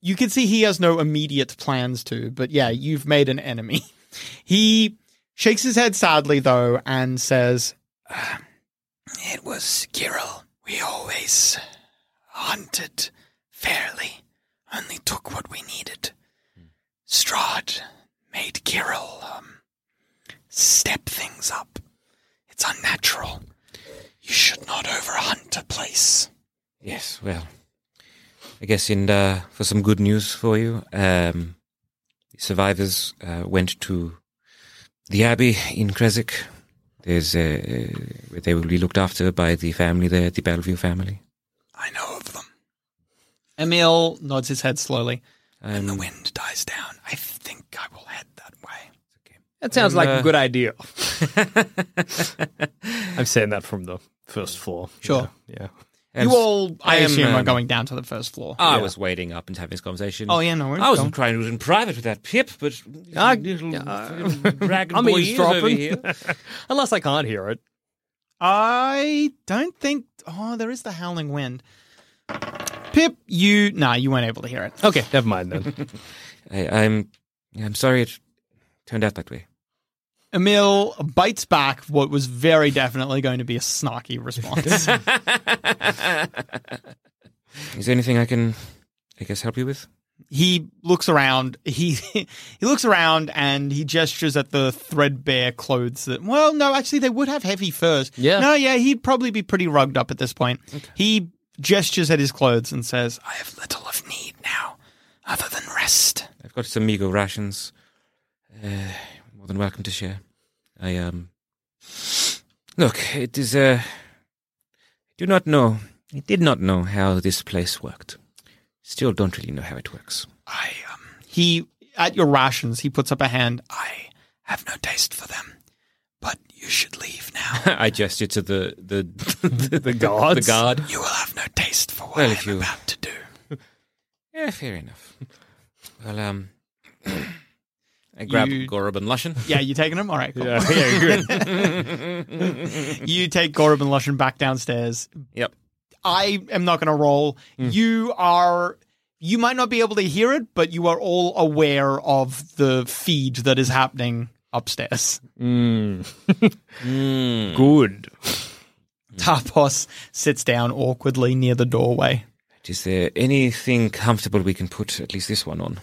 you could see he has no immediate plans to, but yeah, you've made an enemy. He shakes his head sadly though and says,
It was Girl. We always hunted fairly, only took what we needed. Strahd made Girl um, step things up. It's unnatural. You should not overhunt a place.
Yes, well, I guess in uh, for some good news for you, um, the survivors uh, went to the abbey in Kresik. There's a, uh, where they will be looked after by the family there, the Bellevue family.
Emil nods his head slowly.
And the
wind dies down. I think I will head that way.
That sounds like a good idea.
I'm
saying that from the first floor.
Sure.
Yeah.
you all, I,
am,
assume, are
um,
going down to the first floor.
I was waiting up and having this conversation.
Oh, yeah, no worries.
I was
Go on.
trying to do it in private with that Pip, but
I,
little
uh,
dragon
boy is over here.
Unless I can't hear it.
I don't think. Oh, there is the howling wind. Pip, you. Nah, you weren't able to hear it.
Okay, never mind then.
I, I'm, I'm sorry it turned out that way.
Emil bites back what was very definitely going to be a snarky response.
Is there anything I can, I guess, help you with?
he looks around. He he looks around and he gestures at the threadbare clothes that. Well, no, actually, they would have heavy furs.
Yeah.
No, yeah, he'd probably be pretty rugged up at this point. He gestures at his clothes and says,
I have little of need now, other than rest.
I've got some Migo rations. Uh, more than welcome to share. I um, look, it is uh, I do not know. I did not know how this place worked. Still, don't really know how it works.
He at your rations. He puts up a hand.
I have no taste for them, but you should leave now.
I gestured to the the the,
guards?
The guard.
You will have no taste for what
Well,
I'm
if you-
about to do.
Yeah, fair enough. Well, um, I grab
You-
Gorob and Lushan.
Yeah, you taking him? All right, cool.
Yeah, yeah, good.
you take Gorb and Lushan back downstairs.
Yep.
I am not going to roll.
Mm.
You are. You might not be able to hear it, but you are all aware of the feed that is happening upstairs.
Mm.
mm,
good.
Tarpos sits down awkwardly near the doorway.
Is there anything comfortable we can put at least this one on?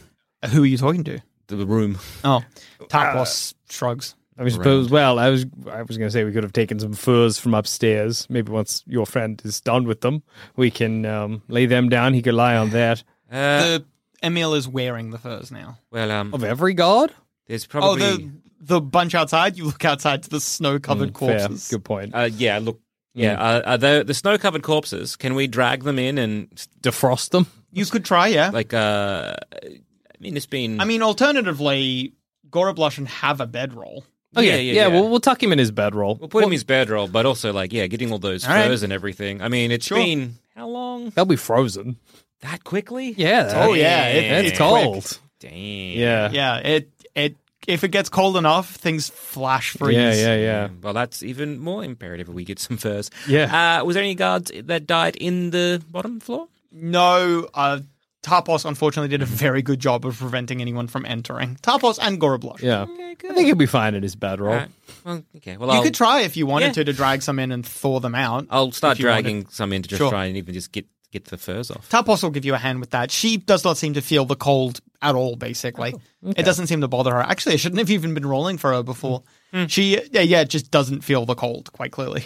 Who are you talking to?
The room.
Oh, Tarpos shrugs.
I was suppose. Well, I was. I was going to say we could have taken some furs from upstairs. Maybe once your friend is done with them, we can um, lay them down. He could lie on that.
Uh,
the Emil is wearing the furs now.
well, um,
Of every guard.
there's probably.
Oh, the the bunch outside. You look outside to the snow covered
Mm, Fair.
corpses.
Good point.
Uh, yeah, look. Yeah, uh, are the the snow covered corpses? Can we drag them in and
Defrost them.
You could try, yeah.
like? uh I mean, it's been.
I mean, alternatively, Goroblush and have a bedroll.
Oh,
yeah, yeah, yeah.
We'll, we'll tuck him in his bedroll.
we'll put him in his bedroll, but also like, yeah, getting all those
All right.
furs and everything. I mean, it's been how long?
They'll be frozen.
That quickly?
Yeah.
Oh, yeah, it-
It's
it's
cold.
Damn.
Yeah.
Yeah, it it if it gets cold enough, things flash freeze.
Yeah. Yeah. Yeah.
Well, that's even more imperative if we get some furs.
Yeah.
Uh, was there any guards that died in the bottom floor?
No, uh, Tarpos unfortunately did a very good job of preventing anyone from entering. Tarpos and Goroblush.
Yeah. I think he'll be fine in his bedroll.
All right. Well, okay. Well,
You
I'll,
could try if you wanted
Yeah.
to to drag some in and thaw them out.
I'll start
if you wanted.
dragging some in to just
Sure.
try and even just get get the furs off.
Tarpos will give you a hand with that. She does not seem to feel the cold at all, basically.
Oh,
It doesn't seem to bother her. Actually, I shouldn't have even been rolling for her before.
Hmm.
She, yeah, yeah, just doesn't feel the cold, quite clearly.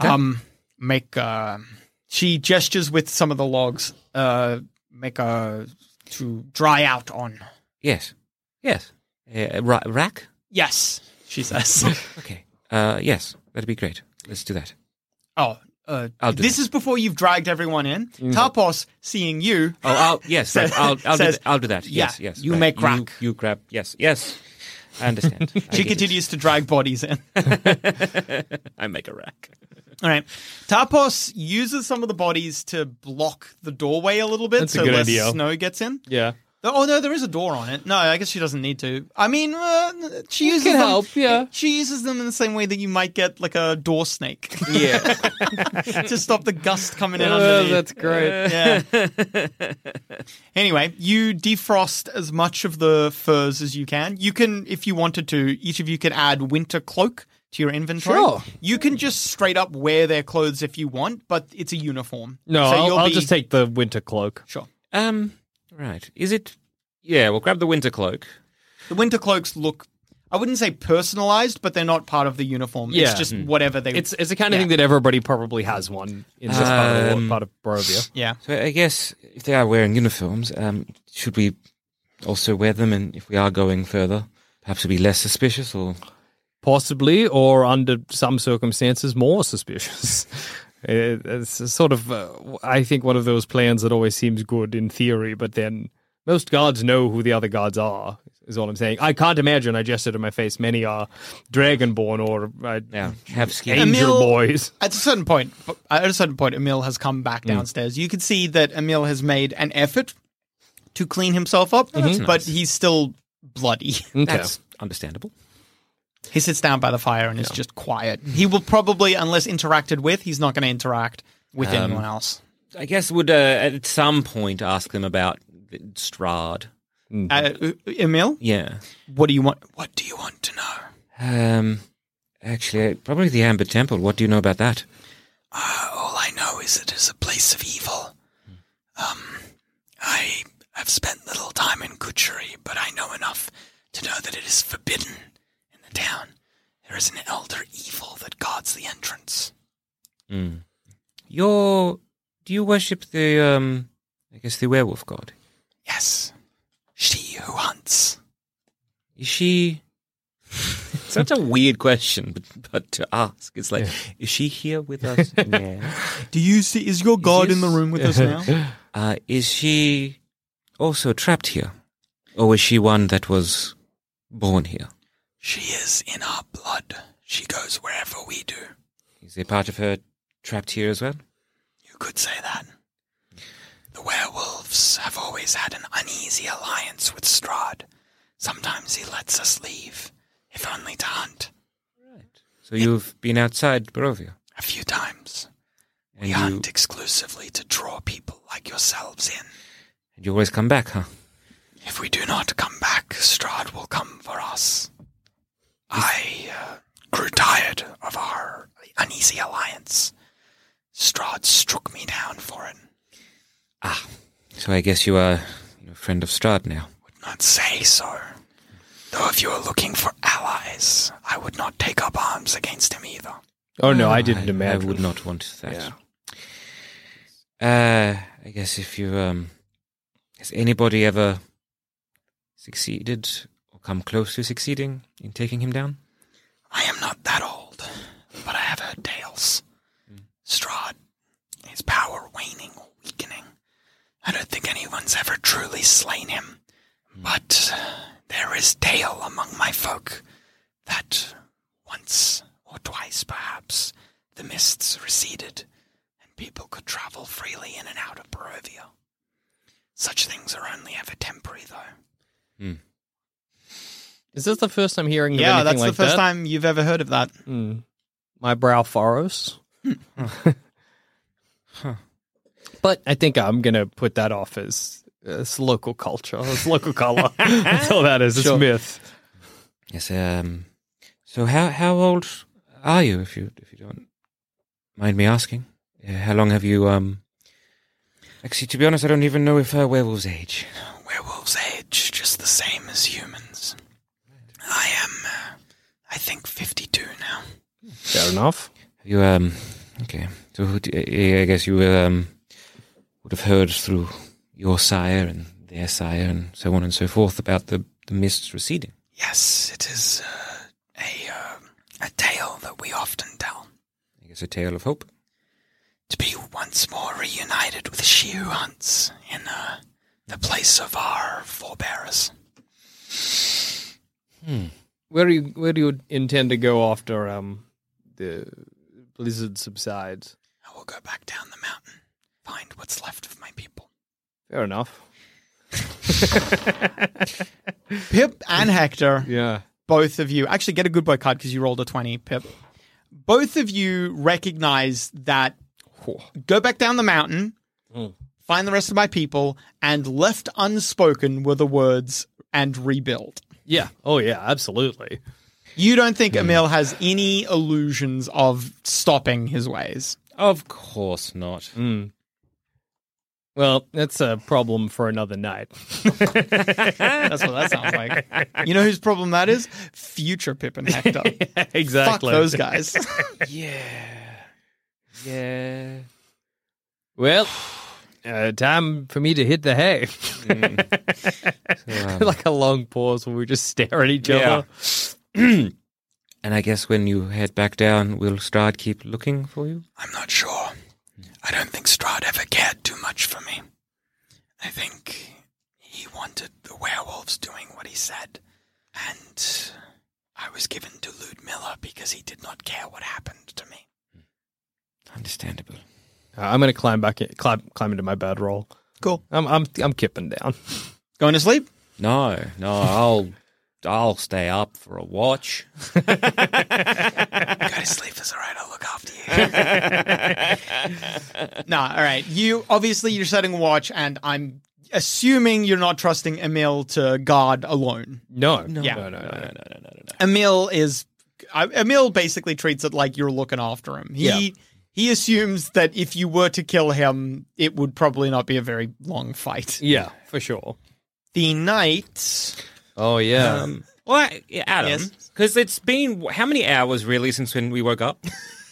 Um, make, uh, she gestures with some of the logs, uh, make a, to dry out on.
Yes. Yes. Uh, ra- rack?
Yes, she says.
Okay. Uh, yes, that'd be great. Let's do that.
oh, uh,
I'll do
this
that. Mm.
is before you've dragged everyone in. Tarpos, seeing you,
Oh, I'll, yes,
Says-
right, I'll, I'll,
says,
do that. I'll do that.
yeah,
yes, yes.
you
right.
make rack. Uh,
You, you grab. Yes, yes. I understand. I
she
get it.
continues to drag bodies in.
I make a rack.
All right. Tarpos uses some of the bodies to block the doorway a little bit
That's a
so
good
less
idea.
snow gets in.
Yeah.
Oh no, there is a door on it. No, I guess she doesn't need to. I mean, uh, she
It
uses
can
them,
help, yeah.
She uses them in the same way that you might get like a door snake.
Yeah.
to stop the gust coming in
Oh,
underneath.
that's great.
Yeah. anyway, you defrost as much of the furs as you can. You can, if you wanted to, each of you could add winter cloak to your inventory.
Sure.
You can just straight up wear their clothes if you want, but it's a uniform.
No,
So
I'll,
you'll
I'll
be-
just take the winter cloak.
Sure.
Um, right. Is it? Yeah, we'll grab the winter cloak.
The winter cloaks look. I wouldn't say personalized, but they're not part of the uniform.
Yeah.
It's just
Mm.
whatever they.
It's it's the kind of
Yeah.
thing that everybody probably has one in this part, of the world,
Um,
part of Barovia.
Yeah.
So I guess if they are wearing uniforms, um, should we also wear them? And if we are going further, perhaps to be less suspicious or
Possibly, or under some circumstances, more suspicious. It- it's a sort of, uh, I think, one of those plans that always seems good in theory, but then most guards know who the other guards are. Is all I'm saying. I can't imagine. I gestured in my face. Many are dragonborn or uh,
yeah, have skin.
angel
Emil-
boys.
At a certain point, at a certain point, Emil has come back downstairs. You can see that Emil has made an effort to clean himself up,
that's
but
nice.
he's still bloody.
Okay.
That's understandable.
He sits down by the fire and is just quiet. He will probably, unless interacted with, he's not going to interact with anyone else.
I guess would uh, at some point ask them about Strad. Mm.
Uh, Emil,
Yeah.
what do you want?
E-, What do you want to know?
Um, actually, uh, probably the Amber Temple. What do you know about that?
Uh, all I know is it is a place of evil. Um, I have spent little time in Kuchuri, but I know enough to know that it is forbidden in the town. There is an elder evil that guards the entrance.
Mm. Your do you worship the um? I guess the werewolf god.
Yes, she who hunts.
Is she? Such a weird question, but, but to ask, it's like, is she here with us? yeah.
Do you see? Is your god
this-
in the room with us now?
Uh, is she also trapped here, or was she one that was born here?
She is in our blood. She goes wherever we do.
Is a part of her trapped here as well?
You could say that. The werewolves have always had an uneasy alliance with Strahd. Sometimes he lets us leave, if only to hunt.
So you've been outside Barovia,
A few times.
and
we
you,
hunt exclusively to draw people like yourselves in.
and you always come back, huh?
If we do not come back, Strahd will come for us. I uh, grew tired of our uneasy alliance. Strahd struck me down for it.
So I guess you are a friend of Strad now.
Would not say so. Though if you are looking for allies, I would not take up arms against him either.
Oh no, I didn't
Ah, I
imagine.
would not want that.
Yeah.
Uh, I guess if you um, has anybody ever succeeded or come close to succeeding in taking him down?
I am not that old, but I have heard tales. Strahd, his power waning or weakening. I don't think anyone's ever truly slain him, but there is tale among my folk that once or twice, perhaps, the mists receded and people could travel freely in and out of Barovia. Such things are only ever temporary, though.
Is this the first I'm hearing? of
yeah,
anything
that's
like
the first
that?
time you've ever heard of that.
Mm. My brow furrows.
Hmm.
But I think I'm going to put that off as, as local culture, as local color. That's all that is. It's myth.
Yes. Um. So how how old are you? If you if you don't mind me asking, Uh, how long have you um? Actually, to be honest, I don't even know if uh, werewolves age.
Werewolves age just the same as humans. I am, uh, I think, 52 now.
Fair enough.
You um. Okay. So who do- I I guess you um would have heard through your sire and their sire and so on and so forth about the the mists receding.
Yes, it is uh, a, uh, a tale that we often tell.
I guess a tale of hope.
To be once more reunited with she who hunts in uh, the place of our forebearers.
Hmm. Where do you where do you intend to go after um the blizzard subsides?
I will go back down the mountain, find what's left of my people.
Fair enough.
Pip and Hector.
Yeah.
Both of you actually get a good boy card because you rolled a 20, Pip. Both of you recognize that go back down the mountain,
Mm.
find the rest of my people, and left unspoken were the words and rebuild.
Yeah. Oh, yeah. Absolutely.
You don't think Emil has any illusions of stopping his ways.
Of course not.
Hmm.
Well, that's a problem for another night.
That's what that sounds like. You know whose problem that is? Future Pip and Hector.
exactly.
Fuck those guys.
Yeah. Well, uh, time for me to hit the hay. like a long pause where we just stare at each
Yeah.
other.
And I guess when you head back down, will Strahd keep looking for you?
I'm not sure. I don't think Strahd ever cared too much for me. I think he wanted the werewolves doing what he said, and I was given to Lude Miller because he did not care what happened to me.
Understandable.
Uh, I'm gonna climb back, in, climb, climb into my bed roll.
Cool.
I'm, I'm, I'm kipping down.
Going to sleep?
No, no, I'll I'll stay up for a watch.
Go to sleep, it's all right. I'll look after you.
Nah, all right. You obviously you're setting a watch, and I'm assuming you're not trusting Emil to guard alone.
No, no,
Yeah.
no, no, no, no.
Emil is I, Emil basically treats it like you're looking after him. He
Yeah.
he assumes that if you were to kill him, it would probably not be a very long fight.
Yeah, for sure.
The night
Oh yeah.
Um,
Well, I- yeah, Adam,
Yes.
because it's been how many hours really since when we woke up?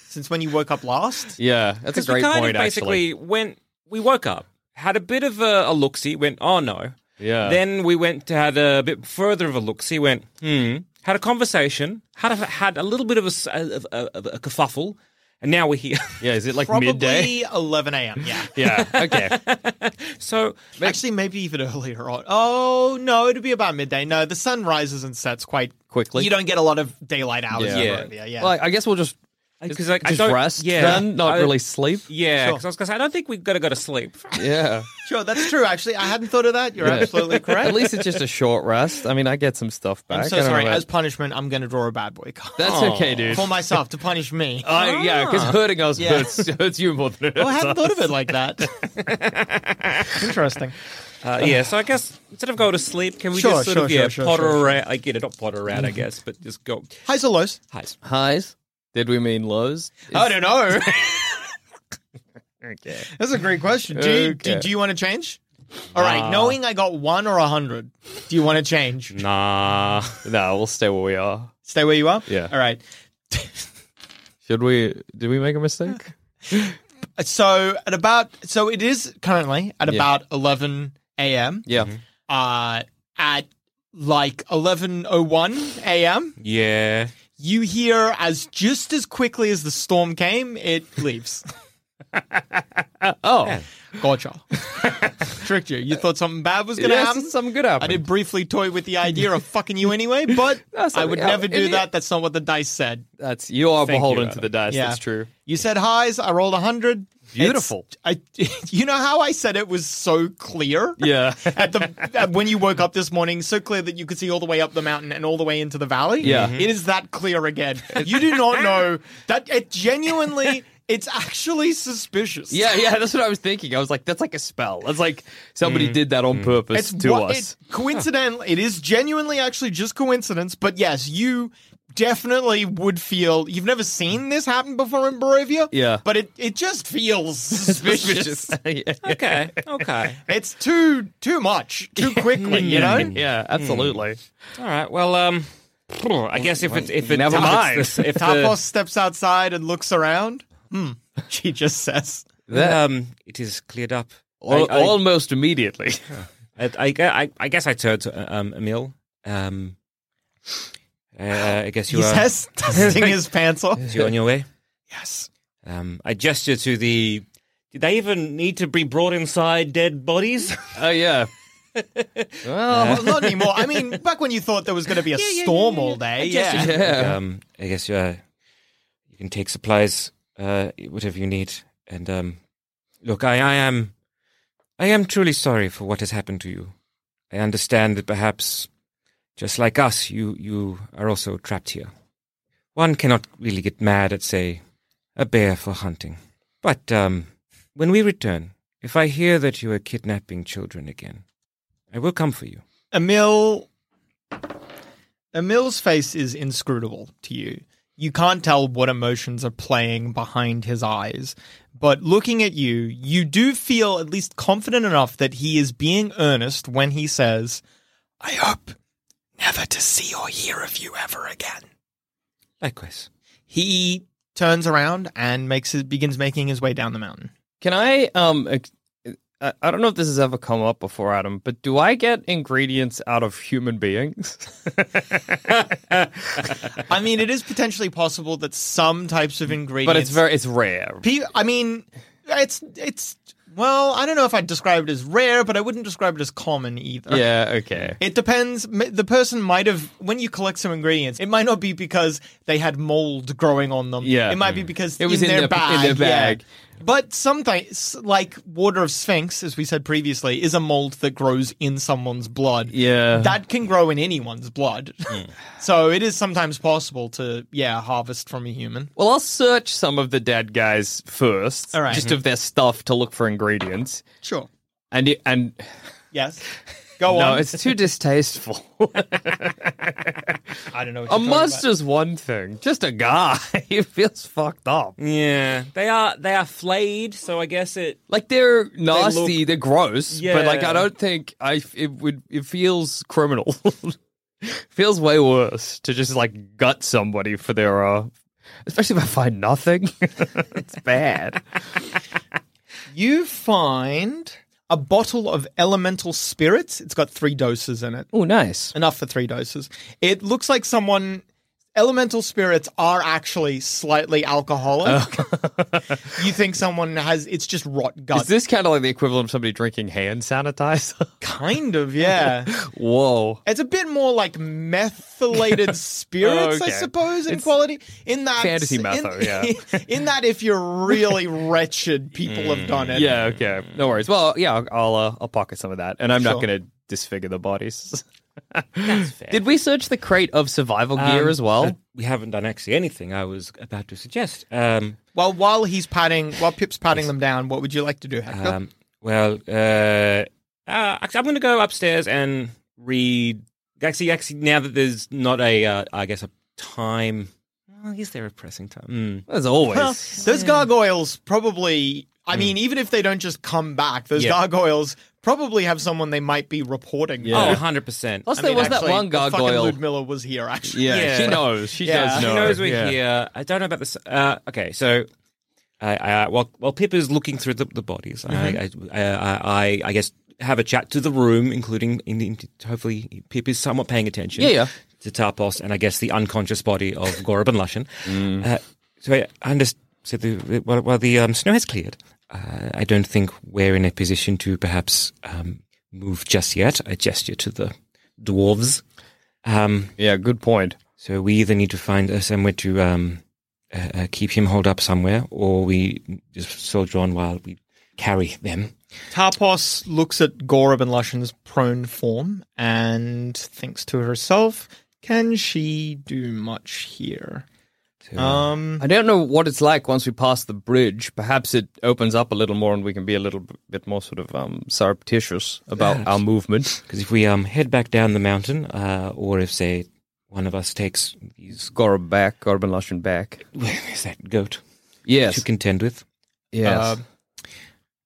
since when you woke up last,
yeah, that's a
Because
great
we kind
point.
of basically
Actually,
went. We woke up, had a bit of a, a look see, went, oh no.
Yeah.
Then we went to had a bit further of a look see, went, hmm. Had a conversation, had a, had a little bit of a, s- of- of- of a kerfuffle, and now we're here.
yeah. Is it like
probably
midday?
11 a.m. Yeah,
Yeah. Okay.
so
actually maybe even earlier on. Oh no, it'd be about midday. No, the sun rises and sets quite
Quickly.
You don't get a lot of daylight hours.
Yeah.
in
Yeah.
Barovia, yeah.
Well, I guess we'll just
because I, I
just
don't-
rest.
yeah,
Then not
I-
really sleep.
Yeah, 'cause I was gonna say I don't think we've got to go to sleep.
Yeah.
Sure, that's true. Actually, I hadn't thought of that. You're
Yeah.
absolutely correct.
At least it's just a short rest. I mean, I get some stuff back.
I'm
I
so
don't
sorry.
know
As
about-
punishment, I'm going to draw a bad boy card
That's okay, dude.
for myself to punish me.
I, uh, Ah. yeah, because hurting us
Yeah.
hurts, hurts you more than it
Oh, I
hurts
hadn't
us.
thought of it like that. Interesting.
Uh, yeah, so I guess instead of go to sleep, can we
Sure,
just sort
sure,
of
sure,
yeah
sure,
potter
sure, Mm-hmm. sure.
around? Like, you know, not potter around, I guess, but just go.
Highs or lows?
Highs.
Highs? Oh, Did we mean lows?
I don't know.
Okay.
That's a great question. Do you, do,
Okay.
do you want to change? All
Ah.
right, knowing I got one or a hundred, do you want to change?
Nah. no, we'll stay where we are.
Stay where you are.
Yeah.
All right.
Should we? Did we make a mistake?
So at about so it is currently at
Yeah.
about 11 a.m.
Yeah.
Uh, at like 11:01 a.m.
Yeah.
you hear as just as quickly as the storm came, it leaves.
Oh.
Gotcha. Tricked you. You thought something bad was going to
Yes,
happen?
something good happened.
I did briefly toy with the idea of fucking you anyway, but
That's
I would
something-
never do
idiot.
that. That's not what the dice said.
That's you are
Thank
beholden
you,
to the dice.
Yeah.
That's true.
You said highs. I rolled 100.
Beautiful.
It's- I, you know how I said it was so clear?
Yeah.
At the at when you woke up this morning, so clear that you could see all the way up the mountain and all the way into the valley. Mm-hmm.
Yeah. Mhm.
It is that clear again. You do not know that it genuinely it's actually suspicious.
yeah, yeah. That's what I was thinking. I was like, that's like a spell. That's like somebody did that on purpose to
what-
us.
It, coincidental. It is genuinely actually just coincidence. But yes, you definitely would feel you've never seen this happen before in Barovia.
Yeah.
but it it just feels suspicious.
Okay. Okay.
it's too too much too quickly. you know.
Mm-hmm. Yeah, absolutely.
Mm. All right. Well, um, I guess if it's if it
Never
if
mind.
it's the- if
Tapos
the,
steps outside and looks around. Hmm. She just says,
um, it is cleared up.
Al-
I, I-
almost immediately.
I, I, I, I guess I turned to um, Emil. Um, uh, I guess you
he
are.
says, testing his pants off.
You on your way?
Yes.
Um, I gesture to the. Do they even need to be brought inside dead bodies?
Oh yeah.
Well, not anymore. I mean, back when you thought there was going to be a storm all day. Yeah.
Um, I guess uh, you can take supplies, uh, whatever you need. And um, look, I, I am, I am truly sorry for what has happened to you. I understand that perhaps, just like us, you, you are also trapped here. One cannot really get mad at, say, a bear for hunting. But um, when we return, if I hear that you are kidnapping children again, I will come for you.
Emil Emil's face is inscrutable to you. You can't tell what emotions are playing behind his eyes, but looking at you, you do feel at least confident enough that he is being earnest when he says,
I hope never to see or hear of you ever again.
Likewise.
He turns around and makes his, begins making his way down the mountain.
Can I um ex- I I don't know if this has ever come up before, Adam, but do I get ingredients out of human beings?
I mean, it is potentially possible that some types of ingredients
but it's very it's rare.
Pe- I mean, it's it's well, I don't know if I'd describe it as rare, but I wouldn't describe it as common either.
Yeah, okay.
It depends. M- The person might have, when you collect some ingredients, it might not be because they had mold growing on them.
Yeah. Mm.
It might be because
It was in
their
their-
bag.
in their bag.
yeah. But sometimes, like water of sphinx, as we said previously, is a mold that grows in someone's blood.
Yeah. Mm.
That can grow in anyone's blood. so it is sometimes possible to, yeah, harvest from a human.
Well, I'll search some of the dead guys first,
All right. Mm-hmm.
just of their stuff to look for ingredients.
Sure.
And it- and
Yes. Go
no,
on.
it's too distasteful.
I don't know. What you're
a
talking about.
monster's one thing, just a guy. it feels fucked up.
Yeah, they are they are flayed, so I guess it.
Like they're nasty, they are gross, but like I
Yeah.
don't think I it would it feels criminal. feels way worse to just like gut somebody for their uh especially if I find nothing. it's bad.
You find a bottle of elemental spirits. It's got three doses in it.
oh, nice.
Enough for three doses. It looks like someone. Elemental spirits are actually slightly alcoholic. you think someone has. It's just rot gut.
Oh. Is this kind of like the equivalent of somebody drinking hand sanitizer?
kind of, yeah.
Whoa.
It's a bit more like methylated spirits, I
Oh, Okay.
suppose, in
It's
quality. In that
fantasy
in-
metho, yeah.
In that, if you're really wretched, people have done it.
Mm. Yeah, okay. No worries. Well, yeah, I'll I'll, uh, I'll pocket some of that and I'm
Sure.
not going to disfigure the bodies. Did we search the crate of survival gear
Um,
as well?
but we haven't done actually anything I was about to suggest. Um,
Well, while he's patting, while Pip's patting them down, what would you like to do, Hector?
um, well, uh, uh, actually, I'm going to go upstairs and read. Actually, actually, now that there's not a, uh, I guess, a time. Well, is Oh, there a pressing time? Mm.
As always. Hmm.
Well, those gargoyles probably. I mean, even if they don't just come back, those
Yeah.
gargoyles probably have someone they might be reporting. to.
Oh, 100%.
Plus,
I
there
mean,
was
actually,
that one
the fucking
gargoyle.
Lud Miller was here actually.
Yeah,
Yeah.
she knows. She
Yeah.
does
She
know.
She knows we're
Yeah.
here. I don't know about this. Uh, okay, so I, I, while while Pip is looking through the, the bodies,
Mm-hmm.
I, I, I, I I guess have a chat to the room, including in the, hopefully Pip is somewhat paying attention.
Yeah, yeah.
To Tarpos and I guess the unconscious body of Gorub and Lushan. Uh, so I understand. So the, while, while the um, snow has cleared, uh, I don't think we're in a position to perhaps um, move just yet. I gesture to the dwarves. Um,
Yeah, good point.
so we either need to find uh, somewhere to um, uh, uh, keep him holed up somewhere, or we just soldier on while we carry them.
Tarpos looks at Gorab and Lushan's prone form and thinks to herself, "Can she do much here?"
So,
Um,
I don't know what it's like once we pass the bridge. Perhaps it opens up a little more and we can be a little b- bit more sort of um, surreptitious about our movement.
because if we um, head back down the mountain, uh, or if say one of us takes these,
Gorb back, Gorb and Lushan back.
where is that goat
Yes.
to contend with?
yes.
Uh,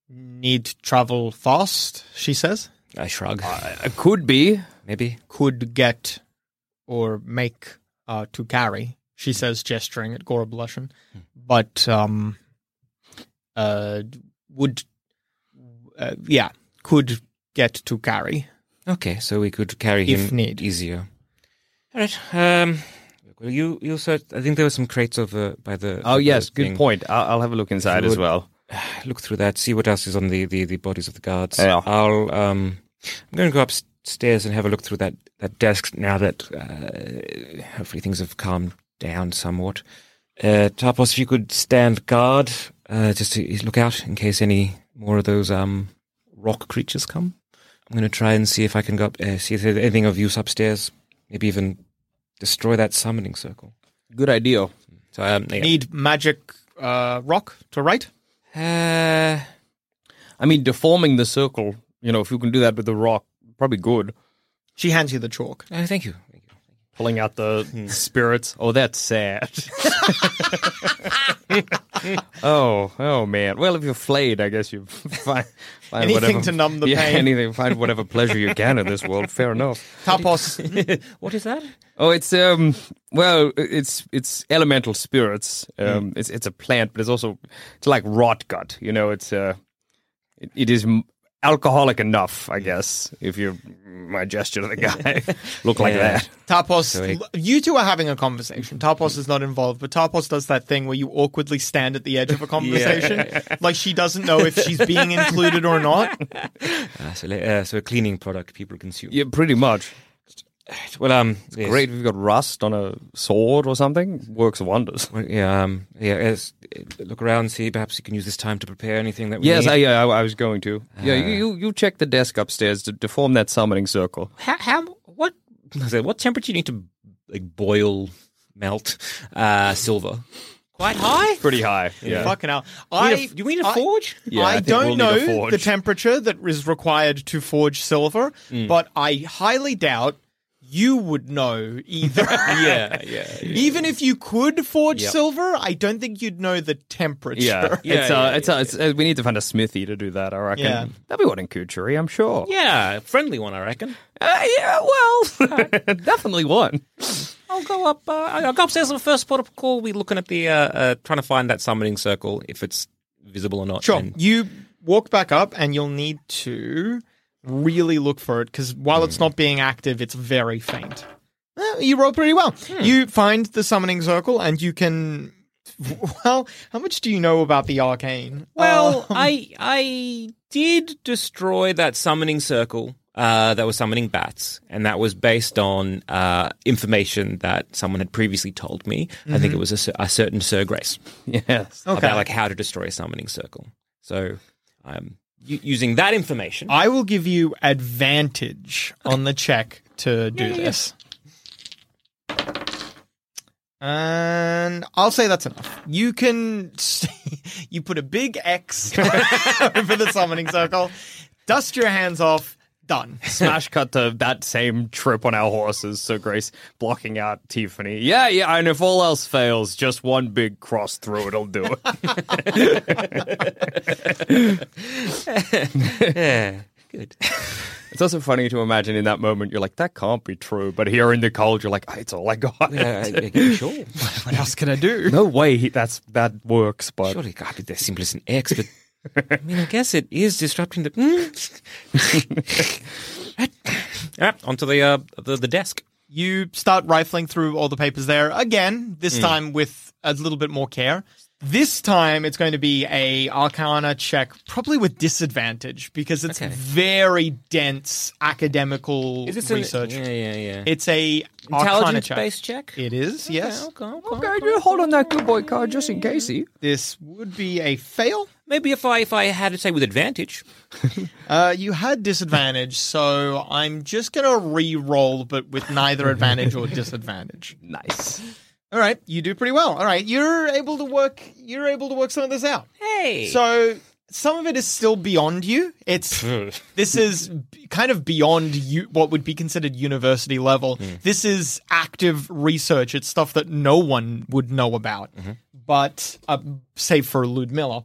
need to travel fast, she says.
I shrug.
it could be.
Maybe
could get or make uh, to carry, she says, gesturing at Gora Blushin. But um, uh, would, uh, yeah, could get to carry.
okay, so we could carry
If
him
need.
easier. All right. Um, well, you you search. I think there were some crates over by the.
Oh,
the
yes. Good
thing.
point. I'll, I'll have a look inside as
would-
well.
look through that, see what else is on the, the, the bodies of the guards.
Yeah.
I'll um, I'm going to go upstairs and have a look through that, that desk now that uh, hopefully things have calmed down somewhat. Uh, Tarpos, if you could stand guard, uh, just to look out in case any more of those um rock creatures come. I'm going to try and see if I can go up, uh, see if there's anything of use upstairs. Maybe even destroy that summoning circle.
Good idea.
So um, yeah.
Need magic uh, rock to write?
Uh,
I mean, deforming the circle. You know, if you can do that with the rock, probably good.
She hands you the chalk. Hmm.
Oh, thank you.
Pulling out the spirits. Oh, that's sad. oh, oh man. Well, if you're flayed, I guess you find, find
Anything
whatever,
to numb the
yeah,
pain.
Anything, find whatever pleasure you can in this world. Fair enough.
Tapos.
What is that?
Oh, it's um. Well, it's it's elemental spirits.
Hmm.
Um, it's it's a plant, but it's also it's like rot gut. You know, it's uh, it, it is m- alcoholic enough,
Hmm.
I guess. If you my gesture to the guy look like
Yeah.
that.
Tarpos,
he-
l- you two are having a conversation. Tarpos is not involved, but Tarpos does that thing where you awkwardly stand at the edge of a conversation. Like she doesn't know if she's being included or not.
Uh, so, le- uh, so a cleaning product people consume.
Yeah, pretty much.
Well, um, yes.
Great if you've got rust on a sword or something. Works wonders.
Well, yeah, um, yeah. yes, uh, look around, see. Perhaps you can use this time to prepare anything that we
Yes,
need.
I, yeah, I, I was going to. yeah,
Ah.
you, you you check the desk upstairs to, to form that summoning circle.
how, how what I said, what temperature do you need to like boil melt uh, silver? Quite high.
Pretty high. Yeah.
Fucking hell. I,
do we need a
I-
forge?
Yeah, I
I,
think we'll
don't
need a
know
forge.
the temperature that is required to forge silver,
Mm.
but I highly doubt you would know either.
Yeah, Uh, yeah.
Even if you could forge
Yep.
silver, I don't think you'd know the temperature.
Yeah,
Yeah,
it's,
yeah,
uh, it's, uh, it's uh, we need to find a smithy to do that. I reckon
Yeah.
that'd be one in Kuchuri, I'm sure.
Yeah, a friendly one, I reckon.
Uh, yeah well, definitely one.
I'll go up. Uh, I'll go upstairs on the first port of call. We're looking at the uh, uh, trying to find that summoning circle if it's visible or not.
Sure.
and-
You walk back up and you'll need to really look for it because while it's not being active, it's very faint. Eh, you roll pretty well. You find the summoning circle and you can. Well, how much do you know about the arcane?
Well,
Um,
I I did destroy that summoning circle uh, that was summoning bats, and that was based on uh, information that someone had previously told me. I think it was a, cer- a certain Sir Grace
Mm-hmm. Yes.
about like how to destroy a summoning circle. So um, u- using that information,
I will give you advantage on the check to do this. And I'll say that's enough. You can you put a big X over the summoning circle, dust your hands off, done.
Smash cut to that same trip on our horses. So Grace blocking out Tiffany. Yeah, yeah. And if all else fails, just one big cross through it'll do it.
yeah, good.
it's also funny to imagine in that moment you're like, that can't be true. But here in the cold, you're like, "Ah, it's all I got.
Yeah, yeah, yeah, sure.
What else can I do?
No way he- that's that works. But
Surely it can't be the simplest an X, but I mean, I guess it is disrupting the. hmm? right. All right, onto the uh, the, the desk.
You start rifling through all the papers there again, this
Hmm.
time with a little bit more care. This time it's going to be a arcana check, probably with disadvantage because it's
Okay.
very dense academical
Is this an-
research.
yeah, yeah, yeah.
It's a arcana
Intelligence
check.
based check.
It is, yes.
Okay, oh, okay,
Okay,
okay.
you hold on that good boy card just in case. He.
This would be a fail.
Maybe if I if I had to say with advantage.
Uh, you had disadvantage, so I'm just going to re-roll, but with neither advantage or disadvantage.
Nice.
All right, you do pretty well. All right, you're able to work. You're able to work some of this out.
Hey.
So some of it is still beyond you. It's this is b- kind of beyond you what would be considered university level. This is active research. It's stuff that no one would know about, but uh, save for Lud Miller.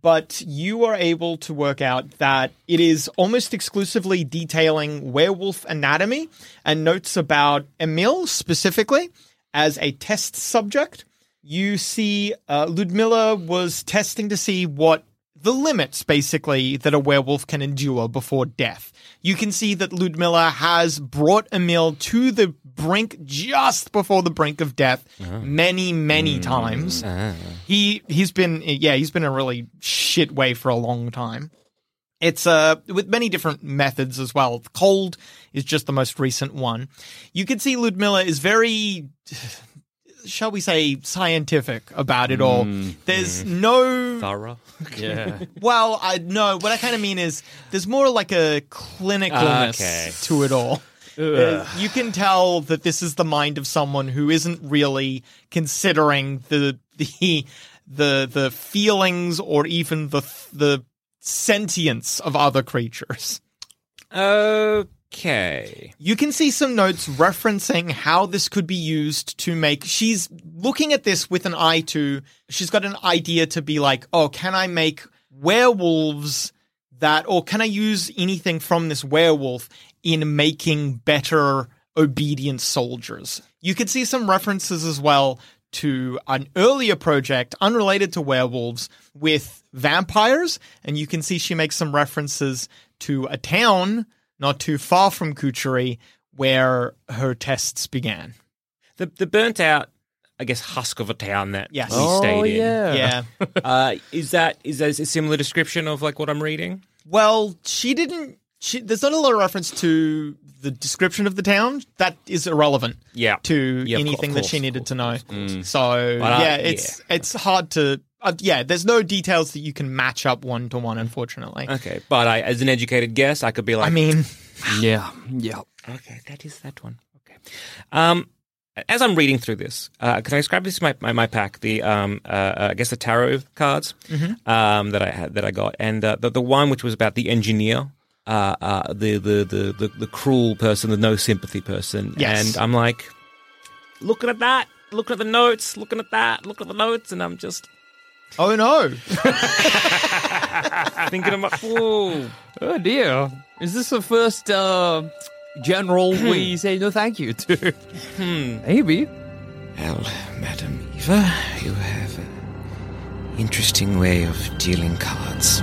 But you are able to work out that it is almost exclusively detailing werewolf anatomy and notes about Emil specifically as a test subject you see uh, Ludmilla was testing to see what the limits basically that a werewolf can endure before death. You can see that Ludmilla has brought Emil to the brink just before the brink of death many, many times.
uh-huh.
Ah.
He he's been yeah, he's been in a really shit way for a long time. It's uh with many different methods as well. Cold is just the most recent one. You can see Ludmilla is very shall we say, scientific about it all. There's no
Thorough.
Yeah.
well, I no. What I kind of mean is there's more like a
Ah,
clinicalness
Uh, Okay.
to it all. Uh, you can tell that this is the mind of someone who isn't really considering the the the the feelings or even the the sentience of other creatures.
Okay.
You can see some notes referencing how this could be used to make. She's looking at this with an eye to. She's got an idea to be like, oh, can I make werewolves that, or can I use anything from this werewolf in making better obedient soldiers? You could see some references as well to an earlier project unrelated to werewolves with vampires, and you can see she makes some references to a town not too far from Kuchari where her tests began.
The the burnt out, I guess, husk of a town that
Yes.
we
Oh,
stayed in.
Yeah.
Uh, is that is that a similar description of like what I'm reading?
Well, she didn't. She, there's not a lot of reference to the description of the town. That is irrelevant.
Yeah.
To
Yeah, of cour-
anything
of
that she
course,
needed
of
to know.
course, of
Mm.
course.
So
But, uh,
yeah, it's it's hard to. Uh, yeah, there's no details that you can match up one to one, unfortunately.
Okay, but I, as an educated guess, I could be like,
I mean,
yeah. Yeah.
okay, that is that one. Okay. Um, as I'm reading through this, uh, can I describe this my my, my pack? The um, uh, uh, I guess the tarot cards
Mm-hmm.
um, that I had that I got, and uh, the the one which was about the engineer. Uh, uh, the, the, the, the, the cruel person, the no sympathy person.
Yes.
And I'm like, looking at that, looking at the notes, looking at that, looking at the notes, and I'm just
oh no,
thinking, I'm like, whoa,
Oh dear. Is this the first uh, general
Hmm.
we say no thank you to? Maybe.
Well, Madam Eva, you have an interesting way of dealing cards.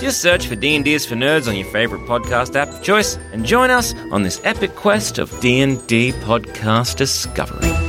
Just search for D&D is for Nerds on your favorite podcast app of choice and join us on this epic quest of D&D podcast discovery.